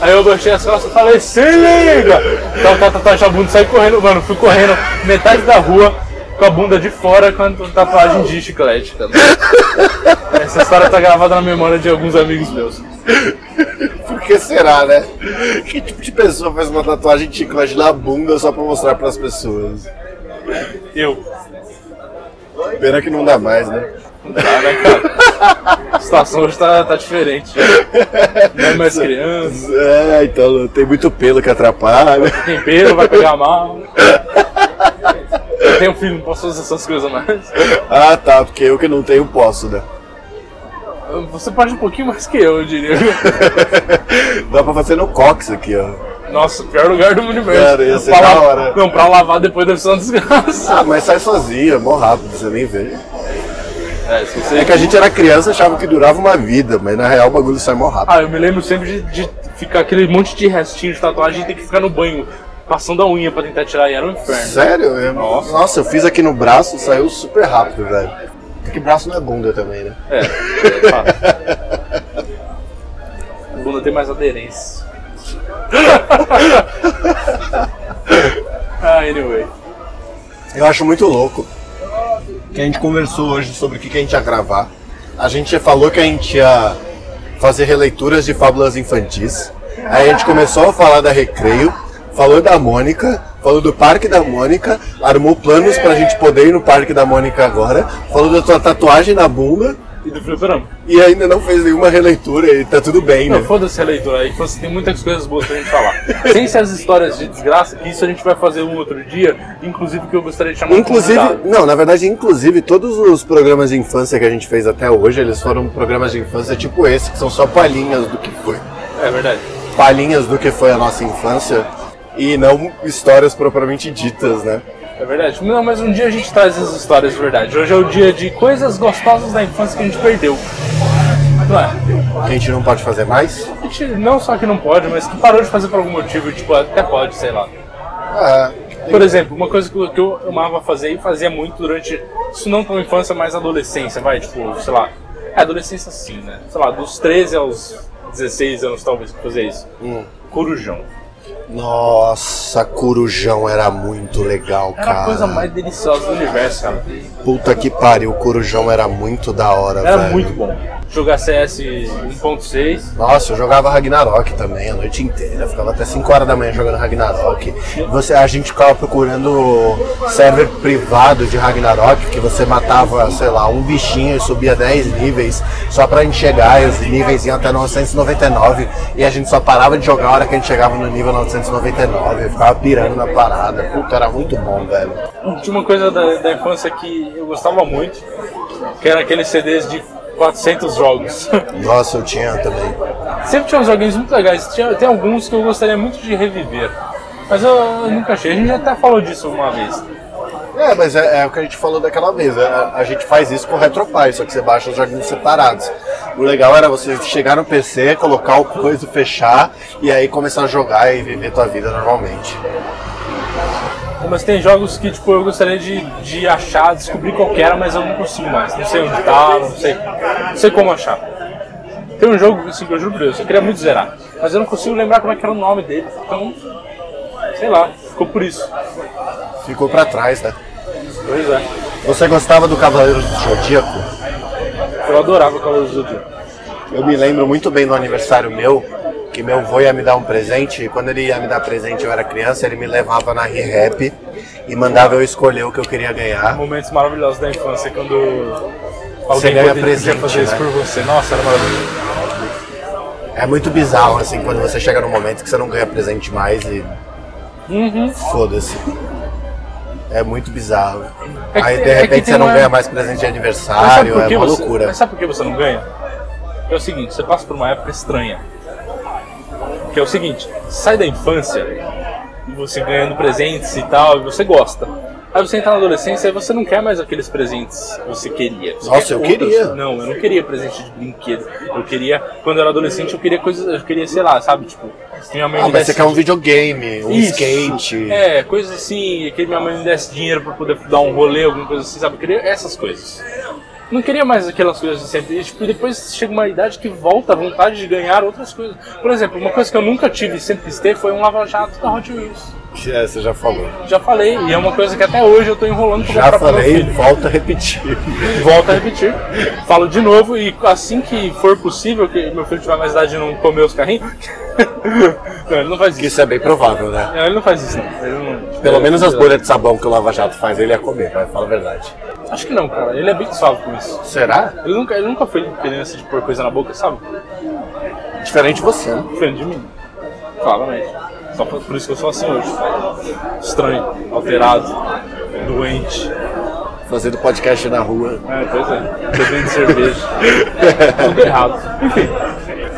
S3: Aí eu baixei as calças e falei, Tá, se liga! Tava com a tatuagem na bunda, saí correndo, mano, fui correndo metade da rua com a bunda de fora com a tatuagem de chiclete, cara. Essa história tá gravada na memória de alguns amigos meus.
S1: Por que será, né? Que tipo de pessoa faz uma tatuagem de chiclete na bunda só pra mostrar pras pessoas?
S3: Eu.
S1: Pena que não dá mais, né?
S3: Tá, né, cara? A situação hoje tá, tá diferente. Não é mais criança.
S1: É, então tem muito pelo que atrapalha.
S3: tempero, vai pegar mal. Eu tenho um filho, não posso fazer essas coisas mais.
S1: Ah, tá, porque eu que não tenho posso, né?
S3: Você pode um pouquinho mais que eu, eu diria.
S1: Dá pra fazer no cox aqui, ó.
S3: Nossa, pior lugar do universo.
S1: Cara, ia ser
S3: Pra
S1: da
S3: la-
S1: hora.
S3: Não, pra lavar depois deve ser uma desgraça.
S1: Ah, mas sai sozinho, é mó rápido, você nem vê.
S3: É, se você...
S1: É que a gente era criança achava que durava uma vida, mas na real o bagulho sai mó rápido.
S3: Ah, eu me lembro sempre de, de ficar aquele monte de restinho de tatuagem e ter que ficar no banho, passando a unha pra tentar tirar e era um inferno.
S1: Sério? Eu-
S3: Nossa.
S1: eu fiz aqui no braço e saiu super rápido, velho. Porque braço não é bunda também, né?
S3: É, é fato. A bunda tem mais aderência. Ah, Anyway.
S1: Eu acho muito louco que a gente conversou hoje sobre o que que a gente ia gravar. A gente falou que a gente ia fazer releituras de fábulas infantis. Aí a gente começou a falar da Recreio, falou da Mônica, falou do Parque da Mônica, armou planos pra gente poder ir no Parque da Mônica agora, falou da tua tatuagem na bunda
S3: E do fliperama.
S1: e ainda não fez nenhuma releitura e tá tudo bem,
S3: Não,
S1: né?
S3: foda-se a leitura aí, foda-se, tem muitas coisas boas pra gente falar. Sem ser as histórias de desgraça, que isso a gente vai fazer um outro dia, inclusive que eu gostaria de chamar um
S1: Inclusive,
S3: convidado.
S1: não, na verdade, inclusive, todos os programas de infância que a gente fez até hoje, eles foram programas de infância tipo esse, que são só palhinhas do que foi.
S3: É verdade.
S1: Palhinhas do que foi a nossa infância e não histórias propriamente ditas, né?
S3: É verdade. Não, mas um dia a gente traz as histórias de verdade. Hoje é o dia de coisas gostosas da infância que a gente perdeu. Não é?
S1: Que a gente não pode fazer mais.
S3: A gente não só que não pode, mas que parou de fazer por algum motivo, tipo, até pode, sei lá.
S1: Ah,
S3: Por exemplo, uma coisa que eu- que eu amava fazer e fazia muito durante, isso não tão infância, mas adolescência, vai, tipo, sei lá, é adolescência sim, né? Sei lá, dos 13 aos 16 anos talvez que eu fazia isso.
S1: Hum.
S3: Corujão.
S1: nossa, Corujão era muito legal,
S3: Era
S1: cara.
S3: a coisa mais deliciosa do universo, cara.
S1: Puta que pariu, Corujão era muito da hora,
S3: Era
S1: velho.
S3: muito bom. Jogar um CS 1.6,
S1: Nossa, eu jogava Ragnarok também a noite inteira, ficava até 5 horas da manhã jogando Ragnarok. Você, a gente ficava procurando server privado de Ragnarok, que você matava, sei lá, um bichinho e subia 10 níveis só pra gente chegar, e os níveis iam até 999, e a gente só parava de jogar a hora que a gente chegava no nível 999, eu ficava pirando na parada. Puta, era muito bom, velho.
S3: tinha uma coisa da, da infância que eu gostava muito, que era aqueles CDs de 400 jogos.
S1: Nossa, eu tinha também.
S3: Sempre tinha uns joguinhos muito legais. Tinha, tem alguns que eu gostaria muito de reviver. Mas eu, eu nunca achei. A gente até falou disso uma vez.
S1: É, mas é, é o que a gente falou daquela vez. é, A, gente faz isso com o Retropie, só que você baixa os joguinhos separados. O legal era você chegar no PC, colocar o coisa, fechar e aí começar a jogar e viver tua vida normalmente.
S3: Mas tem jogos que tipo, eu gostaria de, de achar, descobrir qual que era, mas eu não consigo mais. Não sei onde tá, não sei, não sei como achar. Tem um jogo assim, que eu juro por Deus, eu queria muito zerar. Mas eu não consigo lembrar como é que era o nome dele. Então, sei lá, ficou por isso.
S1: Ficou pra trás, né?
S3: Pois é.
S1: Você gostava do Cavaleiro do Zodíaco?
S3: Eu adorava o Cavaleiros do Zodíaco.
S1: Eu me lembro muito bem no aniversário meu, que meu avô ia me dar um presente, e quando ele ia me dar presente eu era criança, ele me levava na Re-Rap e mandava eu escolher o que eu queria ganhar.
S3: Momentos maravilhosos da infância quando
S1: Você
S3: alguém
S1: ganha
S3: poderia
S1: presente,
S3: fazer isso
S1: né?
S3: por você. Nossa, era maravilhoso.
S1: É muito bizarro, assim, quando você chega num momento que você não ganha presente mais e
S3: Uhum.
S1: Foda-se. É muito bizarro.
S3: É que-
S1: Aí de
S3: é que
S1: repente
S3: tem
S1: você não
S3: uma-
S1: ganha mais presente de
S3: Mas sabe
S1: aniversário,
S3: por
S1: é
S3: que
S1: uma
S3: você-
S1: loucura.
S3: Mas sabe por que você não ganha? É o seguinte, você passa por uma época estranha. Que é o seguinte, sai da infância, e você ganhando presentes e tal, e você gosta. Aí você entra na adolescência e você não quer mais aqueles presentes que você queria. Você
S1: Nossa,
S3: quer
S1: eu
S3: outros.
S1: queria.
S3: Não, eu não queria presente de brinquedo. Eu queria, quando eu era adolescente, eu queria coisas, eu queria, sei lá, sabe, tipo, minha mãe
S1: Ah,
S3: me
S1: mas
S3: desse
S1: você quer um videogame, um
S3: Isso.
S1: skate.
S3: É, coisas assim, que minha mãe me desse dinheiro pra poder dar um rolê, alguma coisa assim, sabe? Eu queria essas coisas. Não queria mais aquelas coisas de sempre. E, tipo, depois chega uma idade que volta a vontade de ganhar outras coisas. Por exemplo, uma coisa que eu nunca tive e sempre quis ter foi um lava-jato da Hot Wheels.
S1: É, você já falou.
S3: Já falei, e é uma coisa que até hoje eu tô enrolando pra
S1: Já
S3: comprar pro meu
S1: falei,
S3: filho.
S1: volta a repetir.
S3: Volto a repetir. Falo de novo e assim que for possível, que meu filho tiver mais idade de não comer os carrinhos. não, ele não faz
S1: Que
S3: isso.
S1: Isso é bem provável, né?
S3: Não, ele não faz isso, não. Ele não-
S1: Pelo menos as
S3: Ele-
S1: bolhas de sabão que o Lava Jato faz, ele ia comer, vai, fala a verdade.
S3: Acho que não, cara. Ele é bem suave com isso.
S1: Será?
S3: Ele nunca, ele nunca foi criança de pôr coisa na boca, sabe?
S1: Diferente de você. né?
S3: Diferente de mim. Claramente. Só por, por isso que eu sou assim hoje. Estranho, alterado, doente.
S1: Fazendo podcast na rua.
S3: É, pois é. Bebendo cerveja. Tudo errado. Enfim.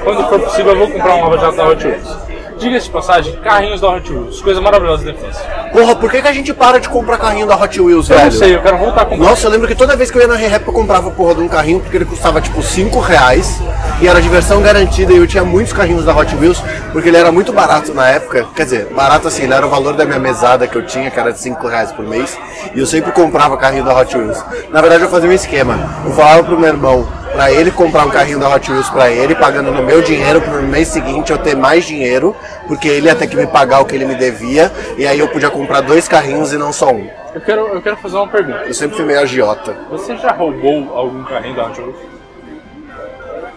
S3: Quando for possível, eu vou comprar um Lava Jato da Hot Wheels. Diga-se de passagem, carrinhos da Hot Wheels. Coisa maravilhosa da infância.
S1: Porra, por que, que a gente para de comprar carrinho da Hot Wheels,
S3: Eu
S1: velho?
S3: não sei, eu quero voltar a comprar.
S1: Nossa, eu lembro que toda vez que eu ia na Rehap eu comprava a porra de um carrinho porque ele custava tipo 5 reais e era diversão garantida e eu tinha muitos carrinhos da Hot Wheels porque ele era muito barato na época. Quer dizer, barato assim, ele era o valor da minha mesada que eu tinha, que era de 5 reais por mês e eu sempre comprava carrinho da Hot Wheels. Na verdade eu fazia um esquema, eu falava pro meu irmão pra ele comprar um carrinho da Hot Wheels pra ele, pagando no meu dinheiro pro mês seguinte eu ter mais dinheiro porque ele ia ter que me pagar o que ele me devia, e aí eu podia comprar dois carrinhos e não só um.
S3: Eu quero, eu quero fazer uma pergunta.
S1: Eu sempre fui meio agiota.
S3: Você já roubou algum carrinho da Anjo?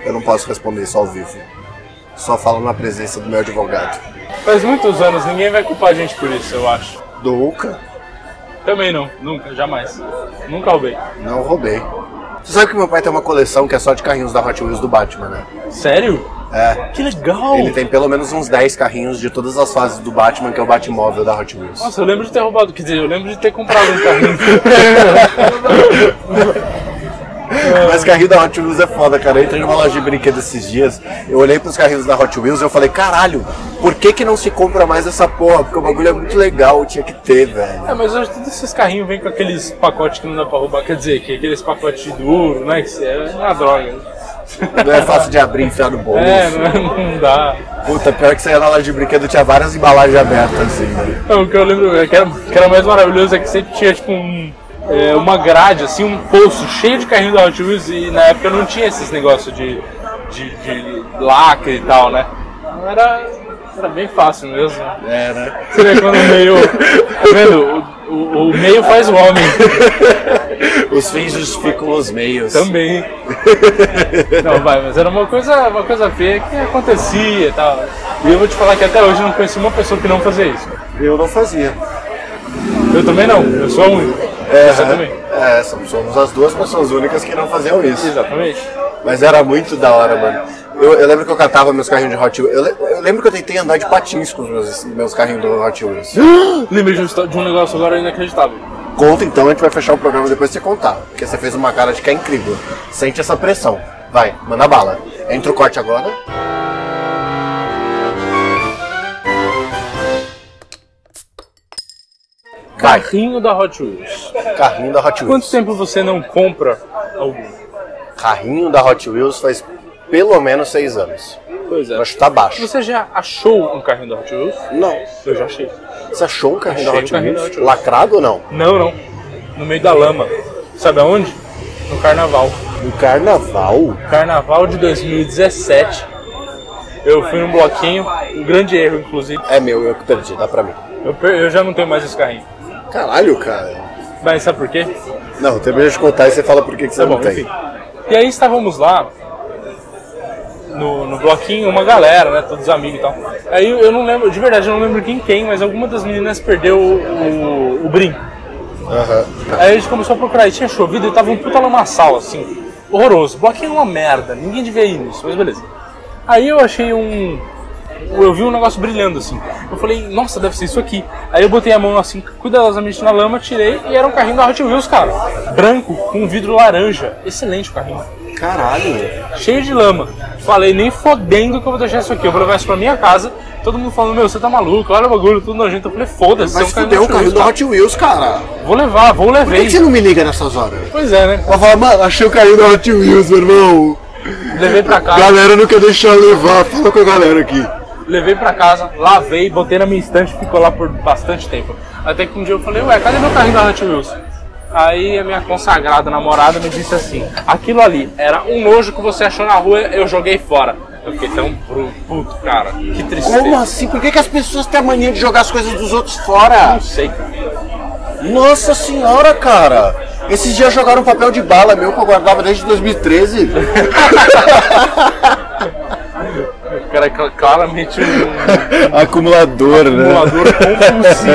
S1: Eu não posso responder isso ao vivo. Só falo na presença do meu advogado.
S3: Faz muitos anos, ninguém vai culpar a gente por isso, eu acho.
S1: Douca?
S3: Também não, nunca, jamais. Nunca roubei.
S1: Não roubei. Você sabe que meu pai tem uma coleção que é só de carrinhos da Hot Wheels do Batman, né?
S3: Sério?
S1: É.
S3: Que legal!
S1: Ele tem pelo menos uns 10 carrinhos de todas as fases do Batman, que é o Batmóvel da Hot Wheels.
S3: Nossa, eu lembro de ter roubado, quer dizer, eu lembro de ter comprado um carrinho.
S1: Mas carrinho da Hot Wheels é foda, cara. Eu entrei numa loja de brinquedo esses dias, eu olhei pros carrinhos da Hot Wheels e eu falei, caralho, por que que não se compra mais essa porra? Porque o bagulho é muito legal, tinha que ter, velho.
S3: é, mas hoje todos esses carrinhos vêm com aqueles pacotes que não dá pra roubar, quer dizer, que é aqueles pacotes duro, né? Que é uma droga.
S1: Não é fácil de abrir e enfiar no bolso.
S3: É, não, não dá.
S1: Puta, pior que você ia na loja de brinquedo tinha várias embalagens abertas, assim, velho.
S3: Não, o que eu lembro é que era, que era mais maravilhoso é que sempre tinha tipo um, é, uma grade, assim, um poço cheio de carrinho da Hot Wheels e na época não tinha esses negócios de, de, de lacre e tal, né? Não Era, era bem fácil mesmo.
S1: É, né?
S3: Você vê quando o meio. Tá vendo? O, o- o meio faz o homem
S1: Os fins justificam os meios.
S3: também. Não, vai, mas era uma coisa, uma coisa feia que acontecia e tal. E eu vou te falar que até hoje eu não conheci uma pessoa que não fazia isso.
S1: Eu não fazia.
S3: Eu também não, eu sou a única. Você também.
S1: É, somos- somos as duas pessoas únicas que não faziam isso.
S3: Exatamente.
S1: Mas era muito da hora, mano. Eu, eu lembro que eu catava meus carrinhos de Hot Wheels. Eu, le- eu lembro que eu tentei andar de patins com os meus, meus carrinhos do Hot Wheels.
S3: Lembrei de um, histó- de um negócio agora inacreditável.
S1: Conta então, a gente vai fechar o programa depois de você contar. Porque você fez uma cara de que é incrível. Sente essa pressão. Vai, manda bala. Entra o corte agora. Vai,
S3: Carrinho da Hot Wheels.
S1: carrinho da Hot
S3: Quanto
S1: Wheels.
S3: tempo você não compra algum?
S1: Carrinho da Hot Wheels faz pelo menos seis anos.
S3: Pois é.
S1: Eu acho que tá baixo.
S3: Você já achou um carrinho da Hot Wheels?
S1: Não.
S3: Eu já achei.
S1: Você achou um carrinho da
S3: Achei um
S1: Hot
S3: carrinho da
S1: Wheels?
S3: Hot Wheels.
S1: Lacrado ou não?
S3: Não, não. No meio da lama. Sabe aonde? No carnaval.
S1: No Um carnaval?
S3: Carnaval de 2017. Eu fui num bloquinho, um grande erro, inclusive.
S1: É meu, eu que perdi, dá pra mim.
S3: Eu, per- eu já não tenho mais esse carrinho.
S1: Caralho, cara.
S3: Mas sabe por quê?
S1: Não, termina de contar e você fala por que, que você
S3: Tá bom,
S1: não tem.
S3: enfim. E aí estávamos lá no, no bloquinho, uma galera, né? Todos amigos e tal. Aí eu não lembro, de verdade, eu não lembro quem quem, mas alguma das meninas perdeu o, o- o brinco.
S1: Aham.
S3: Aí a gente começou a procurar e tinha chovido e tava um puta lamaçal, assim. Horroroso. Bloquinho é uma merda, ninguém devia ir nisso, mas beleza. Aí eu achei um. Eu vi um negócio brilhando assim. Eu falei, nossa, deve ser isso aqui. Aí eu botei a mão assim, cuidadosamente na lama, tirei e era um carrinho da Hot Wheels, cara. Branco, com vidro laranja. Excelente o carrinho
S1: Caralho.
S3: cheio de lama. Falei, nem fodendo que eu vou deixar isso aqui. Eu vou levar isso pra minha casa. Todo mundo falando, meu, você tá maluco, olha o bagulho, tudo nojento. Eu falei, foda-se,
S1: Mas
S3: você é um
S1: fudeu o carrinho
S3: Wheels,
S1: do Hot Wheels, cara.
S3: cara. Vou levar, vou
S1: Por que,
S3: levei.
S1: que você não me liga nessas horas?
S3: Pois é, né?
S1: Ela fala, mano, achei o carrinho do Hot Wheels, meu irmão.
S3: Levei pra casa,
S1: Galera não quer deixar eu levar, fala com a galera aqui.
S3: levei pra casa, lavei, botei na minha estante, ficou lá por bastante tempo. Até que um dia eu falei, ué, cadê meu carrinho da Hot Wheels? Aí a minha consagrada namorada me disse assim, aquilo ali era um nojo que você achou na rua, eu joguei fora. Eu fiquei tão bru- puto, cara. Que tristeza.
S1: Como assim? Por que, que as pessoas têm a mania de jogar as coisas dos outros
S3: Não
S1: fora?
S3: sei, cara.
S1: Nossa senhora, cara. Esses dias jogaram um papel de bala meu que eu guardava desde 2013.
S3: O cara é cla- claramente um
S1: Acumulador, né?
S3: acumulador compulsivo.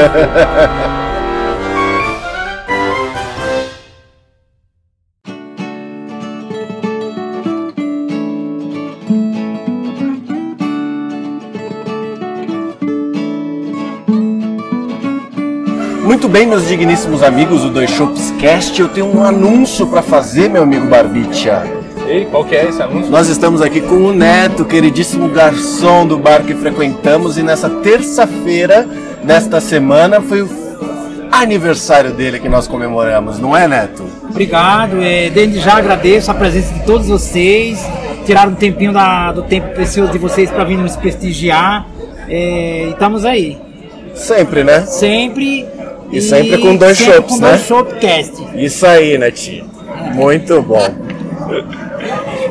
S1: Muito bem, meus digníssimos amigos do Dois Shops Cast, eu tenho um anúncio pra fazer, meu amigo Barbicha.
S3: Ei, qual que é esse anúncio?
S1: Nós estamos aqui com o Neto, queridíssimo garçom do bar que frequentamos, e nessa terça-feira desta semana foi o aniversário dele que nós comemoramos, não é, Neto?
S5: Obrigado, é, desde já agradeço a presença de todos vocês, tiraram um tempinho da- do tempo precioso de vocês para vir nos prestigiar. É, e estamos aí,
S1: Sempre, né?
S5: sempre
S1: E sempre com dois
S5: sempre
S1: shops,
S5: com
S1: né?
S5: dois shopcast.
S1: Isso aí, Netinho. Muito bom.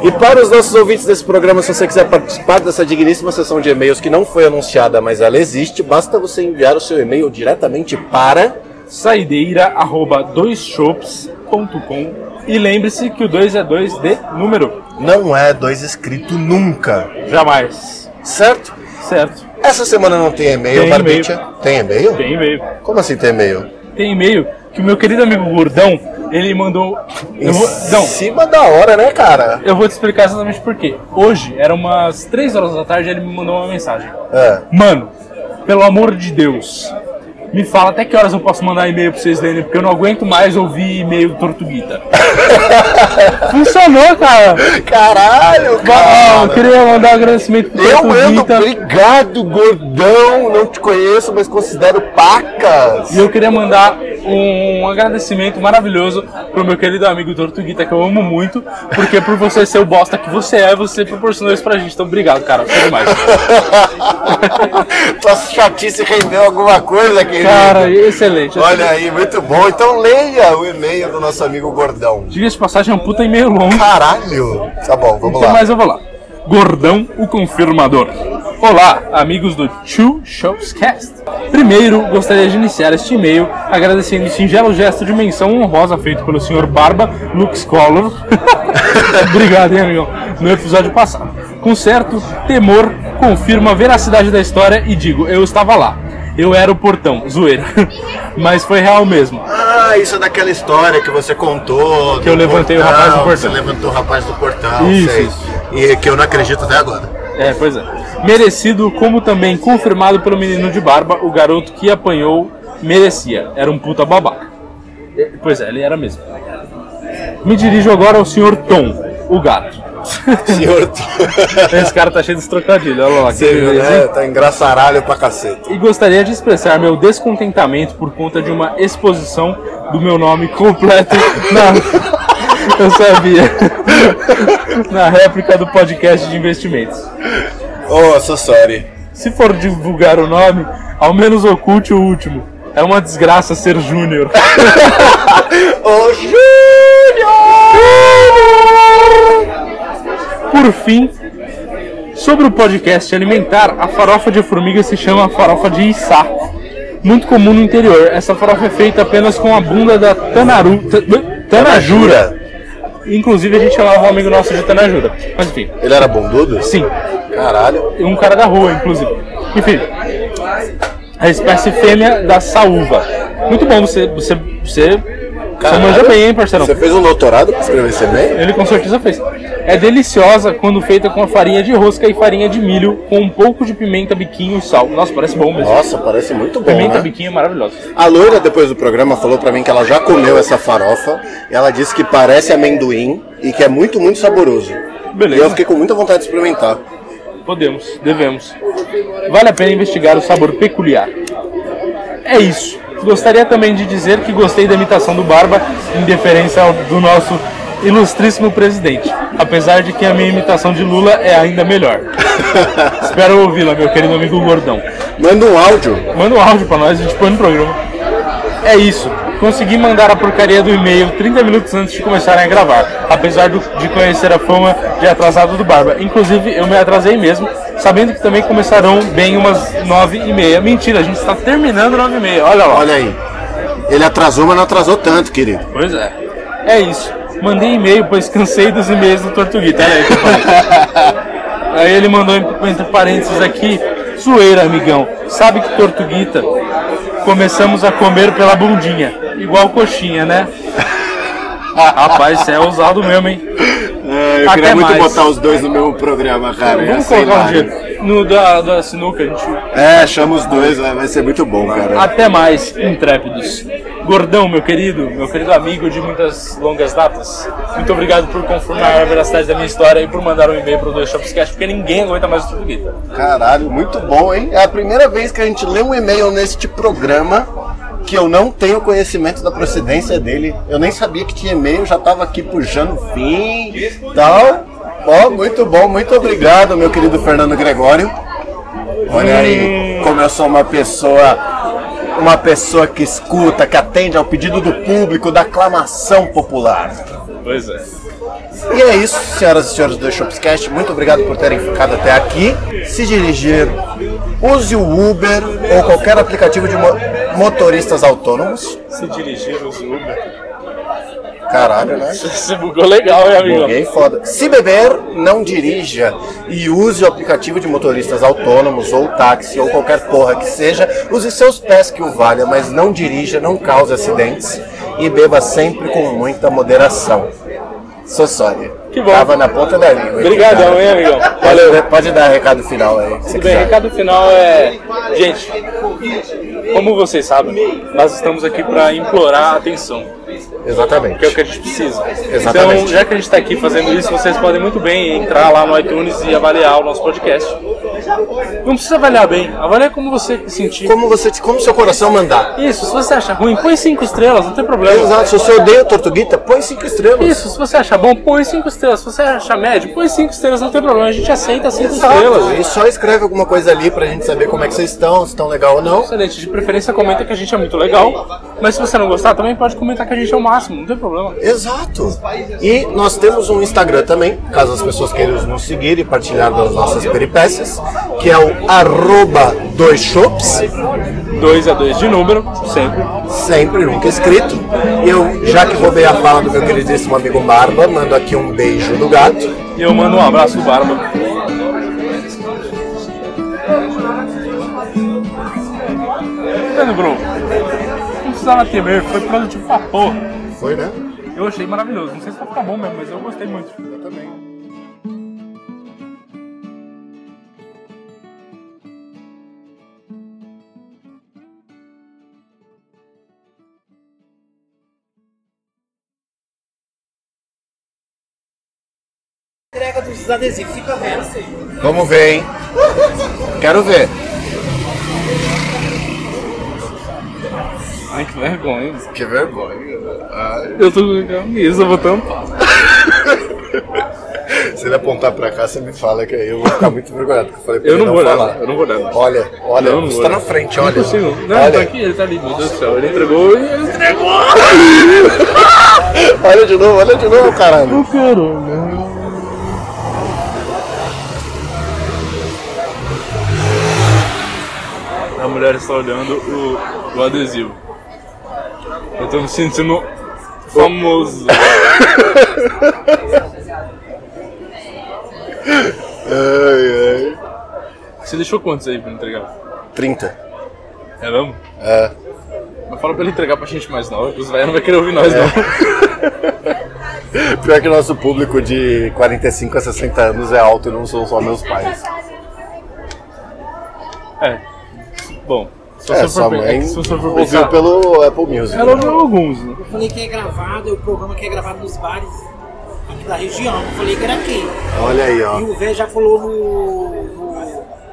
S1: E para os nossos ouvintes desse programa, se você quiser participar dessa digníssima sessão de e-mails que não foi anunciada, mas ela existe, basta você enviar o seu e-mail diretamente para.
S3: Saideira, arroba, doisshops.com e lembre-se que o 2 é 2 de número.
S1: Não é dois escrito nunca,
S3: Jamais.
S1: certo?
S3: Certo.
S1: Essa semana não tem e-mail,
S3: Tem
S1: Barbicha. Tem e-mail?
S3: Tem e-mail.
S1: Como assim tem e-mail?
S3: Tem e-mail que o meu querido amigo Gordão, ele mandou. Eu vou,
S1: Em
S3: não,
S1: cima da hora, né, cara?
S3: eu vou te explicar exatamente por quê. Hoje, era umas 3 horas da tarde, ele me mandou uma mensagem.
S1: É.
S3: Mano, pelo amor de Deus, me fala até que horas eu posso mandar e-mail pra vocês lerem, porque eu não aguento mais ouvir e-mail tortuguita. Funcionou, cara.
S1: Caralho,
S3: Ó, eu
S1: cara!
S3: queria mandar um agradecimento pro
S1: Eu ando
S3: Tortuguita.
S1: obrigado, gordão! Não te conheço, mas considero pacas!
S3: E eu queria mandar um agradecimento maravilhoso pro meu querido amigo Tortuguita, que eu amo muito, porque por você ser o bosta que você é, você proporcionou isso pra gente. Então obrigado, cara. Foi demais.
S1: Tua chatice rendeu alguma coisa, querido?
S3: Cara, excelente.
S1: Olha aí, muito bom. Então leia o e-mail do nosso amigo gordão.
S3: Diga de passagem, é um puta e-mail longo.
S1: Caralho! Tá bom, vamos lá.
S3: Então, mas eu vou lá. Gordão, o confirmador. Olá, amigos do Two Shows Cast. Primeiro, gostaria de iniciar este e-mail agradecendo o singelo gesto de menção honrosa feito pelo senhor Barba Lux Collor. Obrigado, hein, amigão, no episódio passado. Com certo temor, confirmo a veracidade da história e digo, eu estava lá. Eu era o portão, zoeira. Mas foi real mesmo.
S1: Ah, isso é daquela história que você contou.
S3: Que eu
S1: do
S3: levantei o
S1: portão,
S3: rapaz do portão.
S1: Você levantou o rapaz do portão,
S3: Isso,
S1: sei.
S3: isso.
S1: E que eu não acredito até agora.
S3: É, pois é. Merecido, como também confirmado pelo menino de barba, o garoto que apanhou merecia. Era um puta babaca. É, Pois é, ele era mesmo. Me dirijo agora ao senhor Tom, o gato.
S1: Senhor,
S3: Esse cara tá cheio de trocadilho, olha lá. que
S1: você viu,
S3: beleza, hein?
S1: né? Tá engraçaralho pra cacete.
S3: E gostaria de expressar meu descontentamento por conta de uma exposição do meu nome completo na. Eu sabia. na réplica do podcast de investimentos.
S1: Oh, so sorry.
S3: Se for divulgar o nome, ao menos oculte o último. É uma desgraça ser Júnior.
S1: Oh, Júnior!
S3: Por fim, sobre o podcast alimentar, a farofa de formiga se chama farofa de içá. Muito comum no interior. Essa farofa é feita apenas com a bunda da tanaru, ta- tanajura. Inclusive a gente chamava um amigo nosso de tanajura. Mas enfim,
S1: Ele era bondudo?
S3: sim.
S1: Caralho.
S3: um cara da rua, inclusive. Enfim, a espécie fêmea da saúva. Muito bom, você. Você, você, você manja bem, hein, parceirão?
S1: Você fez um doutorado pra escrever esse e-mail?
S3: Ele com certeza fez. É deliciosa quando feita com a farinha de rosca e farinha de milho, com um pouco de pimenta, biquinho e sal. Nossa, parece bom mesmo.
S1: Nossa, parece muito bom,
S3: pimenta,
S1: né?
S3: biquinho é maravilhosa.
S1: A loira, depois do programa, falou pra mim que ela já comeu essa farofa. E ela disse que parece amendoim e que é muito, muito saboroso.
S3: Beleza.
S1: E eu fiquei com muita vontade de experimentar.
S3: Podemos, devemos. Vale a pena investigar o sabor peculiar. É isso. Gostaria também de dizer que gostei da imitação do Barba, em deferência ao do nosso ilustríssimo presidente. Apesar de que a minha imitação de Lula é ainda melhor. Espero ouvi-la, meu querido amigo Gordão.
S1: Manda um áudio.
S3: Manda um áudio pra nós, a gente põe no programa. É isso. Consegui mandar a porcaria do e-mail 30 minutos antes de começarem a gravar, apesar do- de conhecer a fama de atrasado do Barba. Inclusive, eu me atrasei mesmo, sabendo que também começarão bem umas 9h30. Mentira, a gente está terminando 9h30, olha lá.
S1: Olha aí. Ele atrasou, mas não atrasou tanto, querido.
S3: Pois é. É isso. Mandei e-mail, pois cansei dos e-mails do Tortuguita. Olha aí que eu falei. Aí ele mandou entre parênteses aqui, zoeira, amigão. Sabe que Tortuguita começamos a comer pela bundinha, igual coxinha, né? Rapaz, isso é ousado mesmo, hein?
S1: É, eu
S3: Até
S1: queria muito
S3: mais.
S1: botar os dois no mesmo programa, cara. Ia
S3: Vamos
S1: ser
S3: colocar um
S1: hilário.
S3: dia no da, da sinuca, a gente
S1: É, chama os dois, vai vai ser muito bom, cara.
S3: Até mais, intrépidos. Gordão, meu querido, meu querido amigo de muitas longas datas, muito obrigado por confirmar a veracidade da minha história e por mandar um e-mail pro Dois Shops Cash, porque ninguém aguenta mais o Tortuguita.
S1: Caralho, muito bom, hein? É a primeira vez que a gente lê um e-mail neste programa que eu não tenho conhecimento da procedência dele. Eu nem sabia que tinha e-mail, já tava aqui puxando o fim e tal. Ó, muito bom, muito obrigado, meu querido Fernando Gregório. Olha aí, como eu sou uma pessoa. Uma pessoa que escuta, que atende ao pedido do público, da aclamação popular.
S3: Pois é.
S1: E é isso, senhoras e senhores do Shopscast. Muito obrigado por terem ficado até aqui. Se dirigir, use o Uber ou qualquer aplicativo de mo- motoristas autônomos.
S3: Se dirigir os Uber.
S1: Caralho, né?
S3: Você bugou legal, hein, amigo?
S1: Buguei foda. Se beber, não dirija e use o aplicativo de motoristas autônomos ou táxi ou qualquer porra que seja. Use seus pés que o valha, mas não dirija, não cause acidentes e beba sempre com muita moderação. Sou sória.
S3: Que bom.
S1: Tava na ponta da língua.
S3: Obrigadão, hein, amigão?
S1: Valeu. né? Pode, pode dar recado final aí. Se
S3: Tudo bem,
S1: quiser.
S3: recado final é. Gente, como vocês sabem, nós estamos aqui para implorar a atenção,
S1: Exatamente.
S3: que é o que a gente precisa.
S1: Exatamente.
S3: Então, já que a gente está aqui fazendo isso, vocês podem muito bem entrar lá no iTunes e avaliar o nosso podcast. Não precisa avaliar bem, avalia como você sentir.
S1: Como você, como seu coração mandar.
S3: Isso, se você acha ruim, põe cinco estrelas, não tem problema.
S1: Exato. Se você odeia Tortuguita, põe cinco estrelas.
S3: Isso, se você acha bom, põe cinco estrelas. Se você acha médio, põe cinco estrelas, não tem problema. A gente aceita cinco estrelas.
S1: Exato. E só escreve alguma coisa ali pra gente saber como é que vocês estão, se estão legal ou não.
S3: Excelente, de preferência comenta que a gente é muito legal, mas se você não gostar também pode comentar que a gente é o máximo, não tem problema.
S1: Exato. E nós temos um Instagram também, caso as pessoas queiram nos seguir e partilhar das nossas peripécias, que é o arroba dois shops,
S3: 2 a 2 de número, sempre.
S1: sempre, nunca escrito. E eu, já que roubei a fala do meu queridíssimo amigo Barba, mando aqui um beijo do gato.
S3: E eu mando um abraço do Barba. Vendo, Bruno? Não precisava temer, foi produtivo pra porra.
S1: Foi, né?
S3: um Eu achei maravilhoso, não sei se vai ficar bom mesmo, mas eu gostei muito.
S1: Eu também.
S5: Entrega dos adesivos, fica vendo.
S1: Vamos ver, hein? Quero ver.
S3: Ai, que vergonha.
S1: Que vergonha. Ai,
S3: Eu tô com camisa, eu vou tampar.
S1: se ele apontar pra cá, você me fala que aí eu vou ficar muito vergonhado. porque Eu, falei pra
S3: Eu
S1: ele
S3: não vou
S1: falar.
S3: olhar, eu não vou olhar.
S1: Olha, olha,
S3: Eu não
S1: você
S3: vou
S1: tá
S3: olhar.
S1: na frente, olha.
S3: Não consigo. Não, ele
S1: olha,
S3: tá aqui, ele tá ali, meu Deus do céu. Ele entregou e ele entregou.
S1: olha de novo, olha de novo, caralho.
S3: A mulher está olhando o, o adesivo. Eu tô me sentindo famoso.
S1: Ai, ai.
S3: Você deixou quantos aí pra entregar?
S1: 30.
S3: É mesmo?
S1: É.
S3: Mas fala pra ele entregar pra gente mais nova, que os velhos não vai querer ouvir nós
S1: É.
S3: não.
S1: Pior que nosso público de 45 a 60 anos é alto e não são só meus pais.
S3: É. Bom, se
S1: É,
S3: você
S1: sua
S3: for, pe- é
S1: mãe
S3: que se você for
S1: ouviu
S3: pensar...
S1: pelo Apple Music.
S3: Ela ouviu alguns, né?
S5: Eu falei que é gravado, é o programa que é gravado nos bares aqui da região. Eu falei que era aqui.
S1: Olha aí,
S5: E
S1: ó.
S5: o velho já colou no,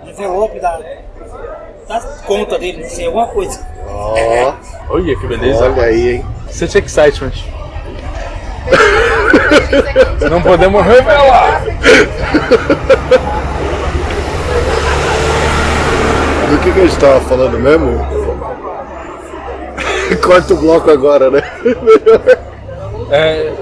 S5: no envelope da, da conta dele, não sei, alguma coisa.
S1: Ó,
S3: Olha que beleza.
S1: olha aí, hein.
S3: Such excitement. Não podemos revelar.
S1: Do que, que a gente tava falando mesmo? Corta o bloco agora, né?
S3: É.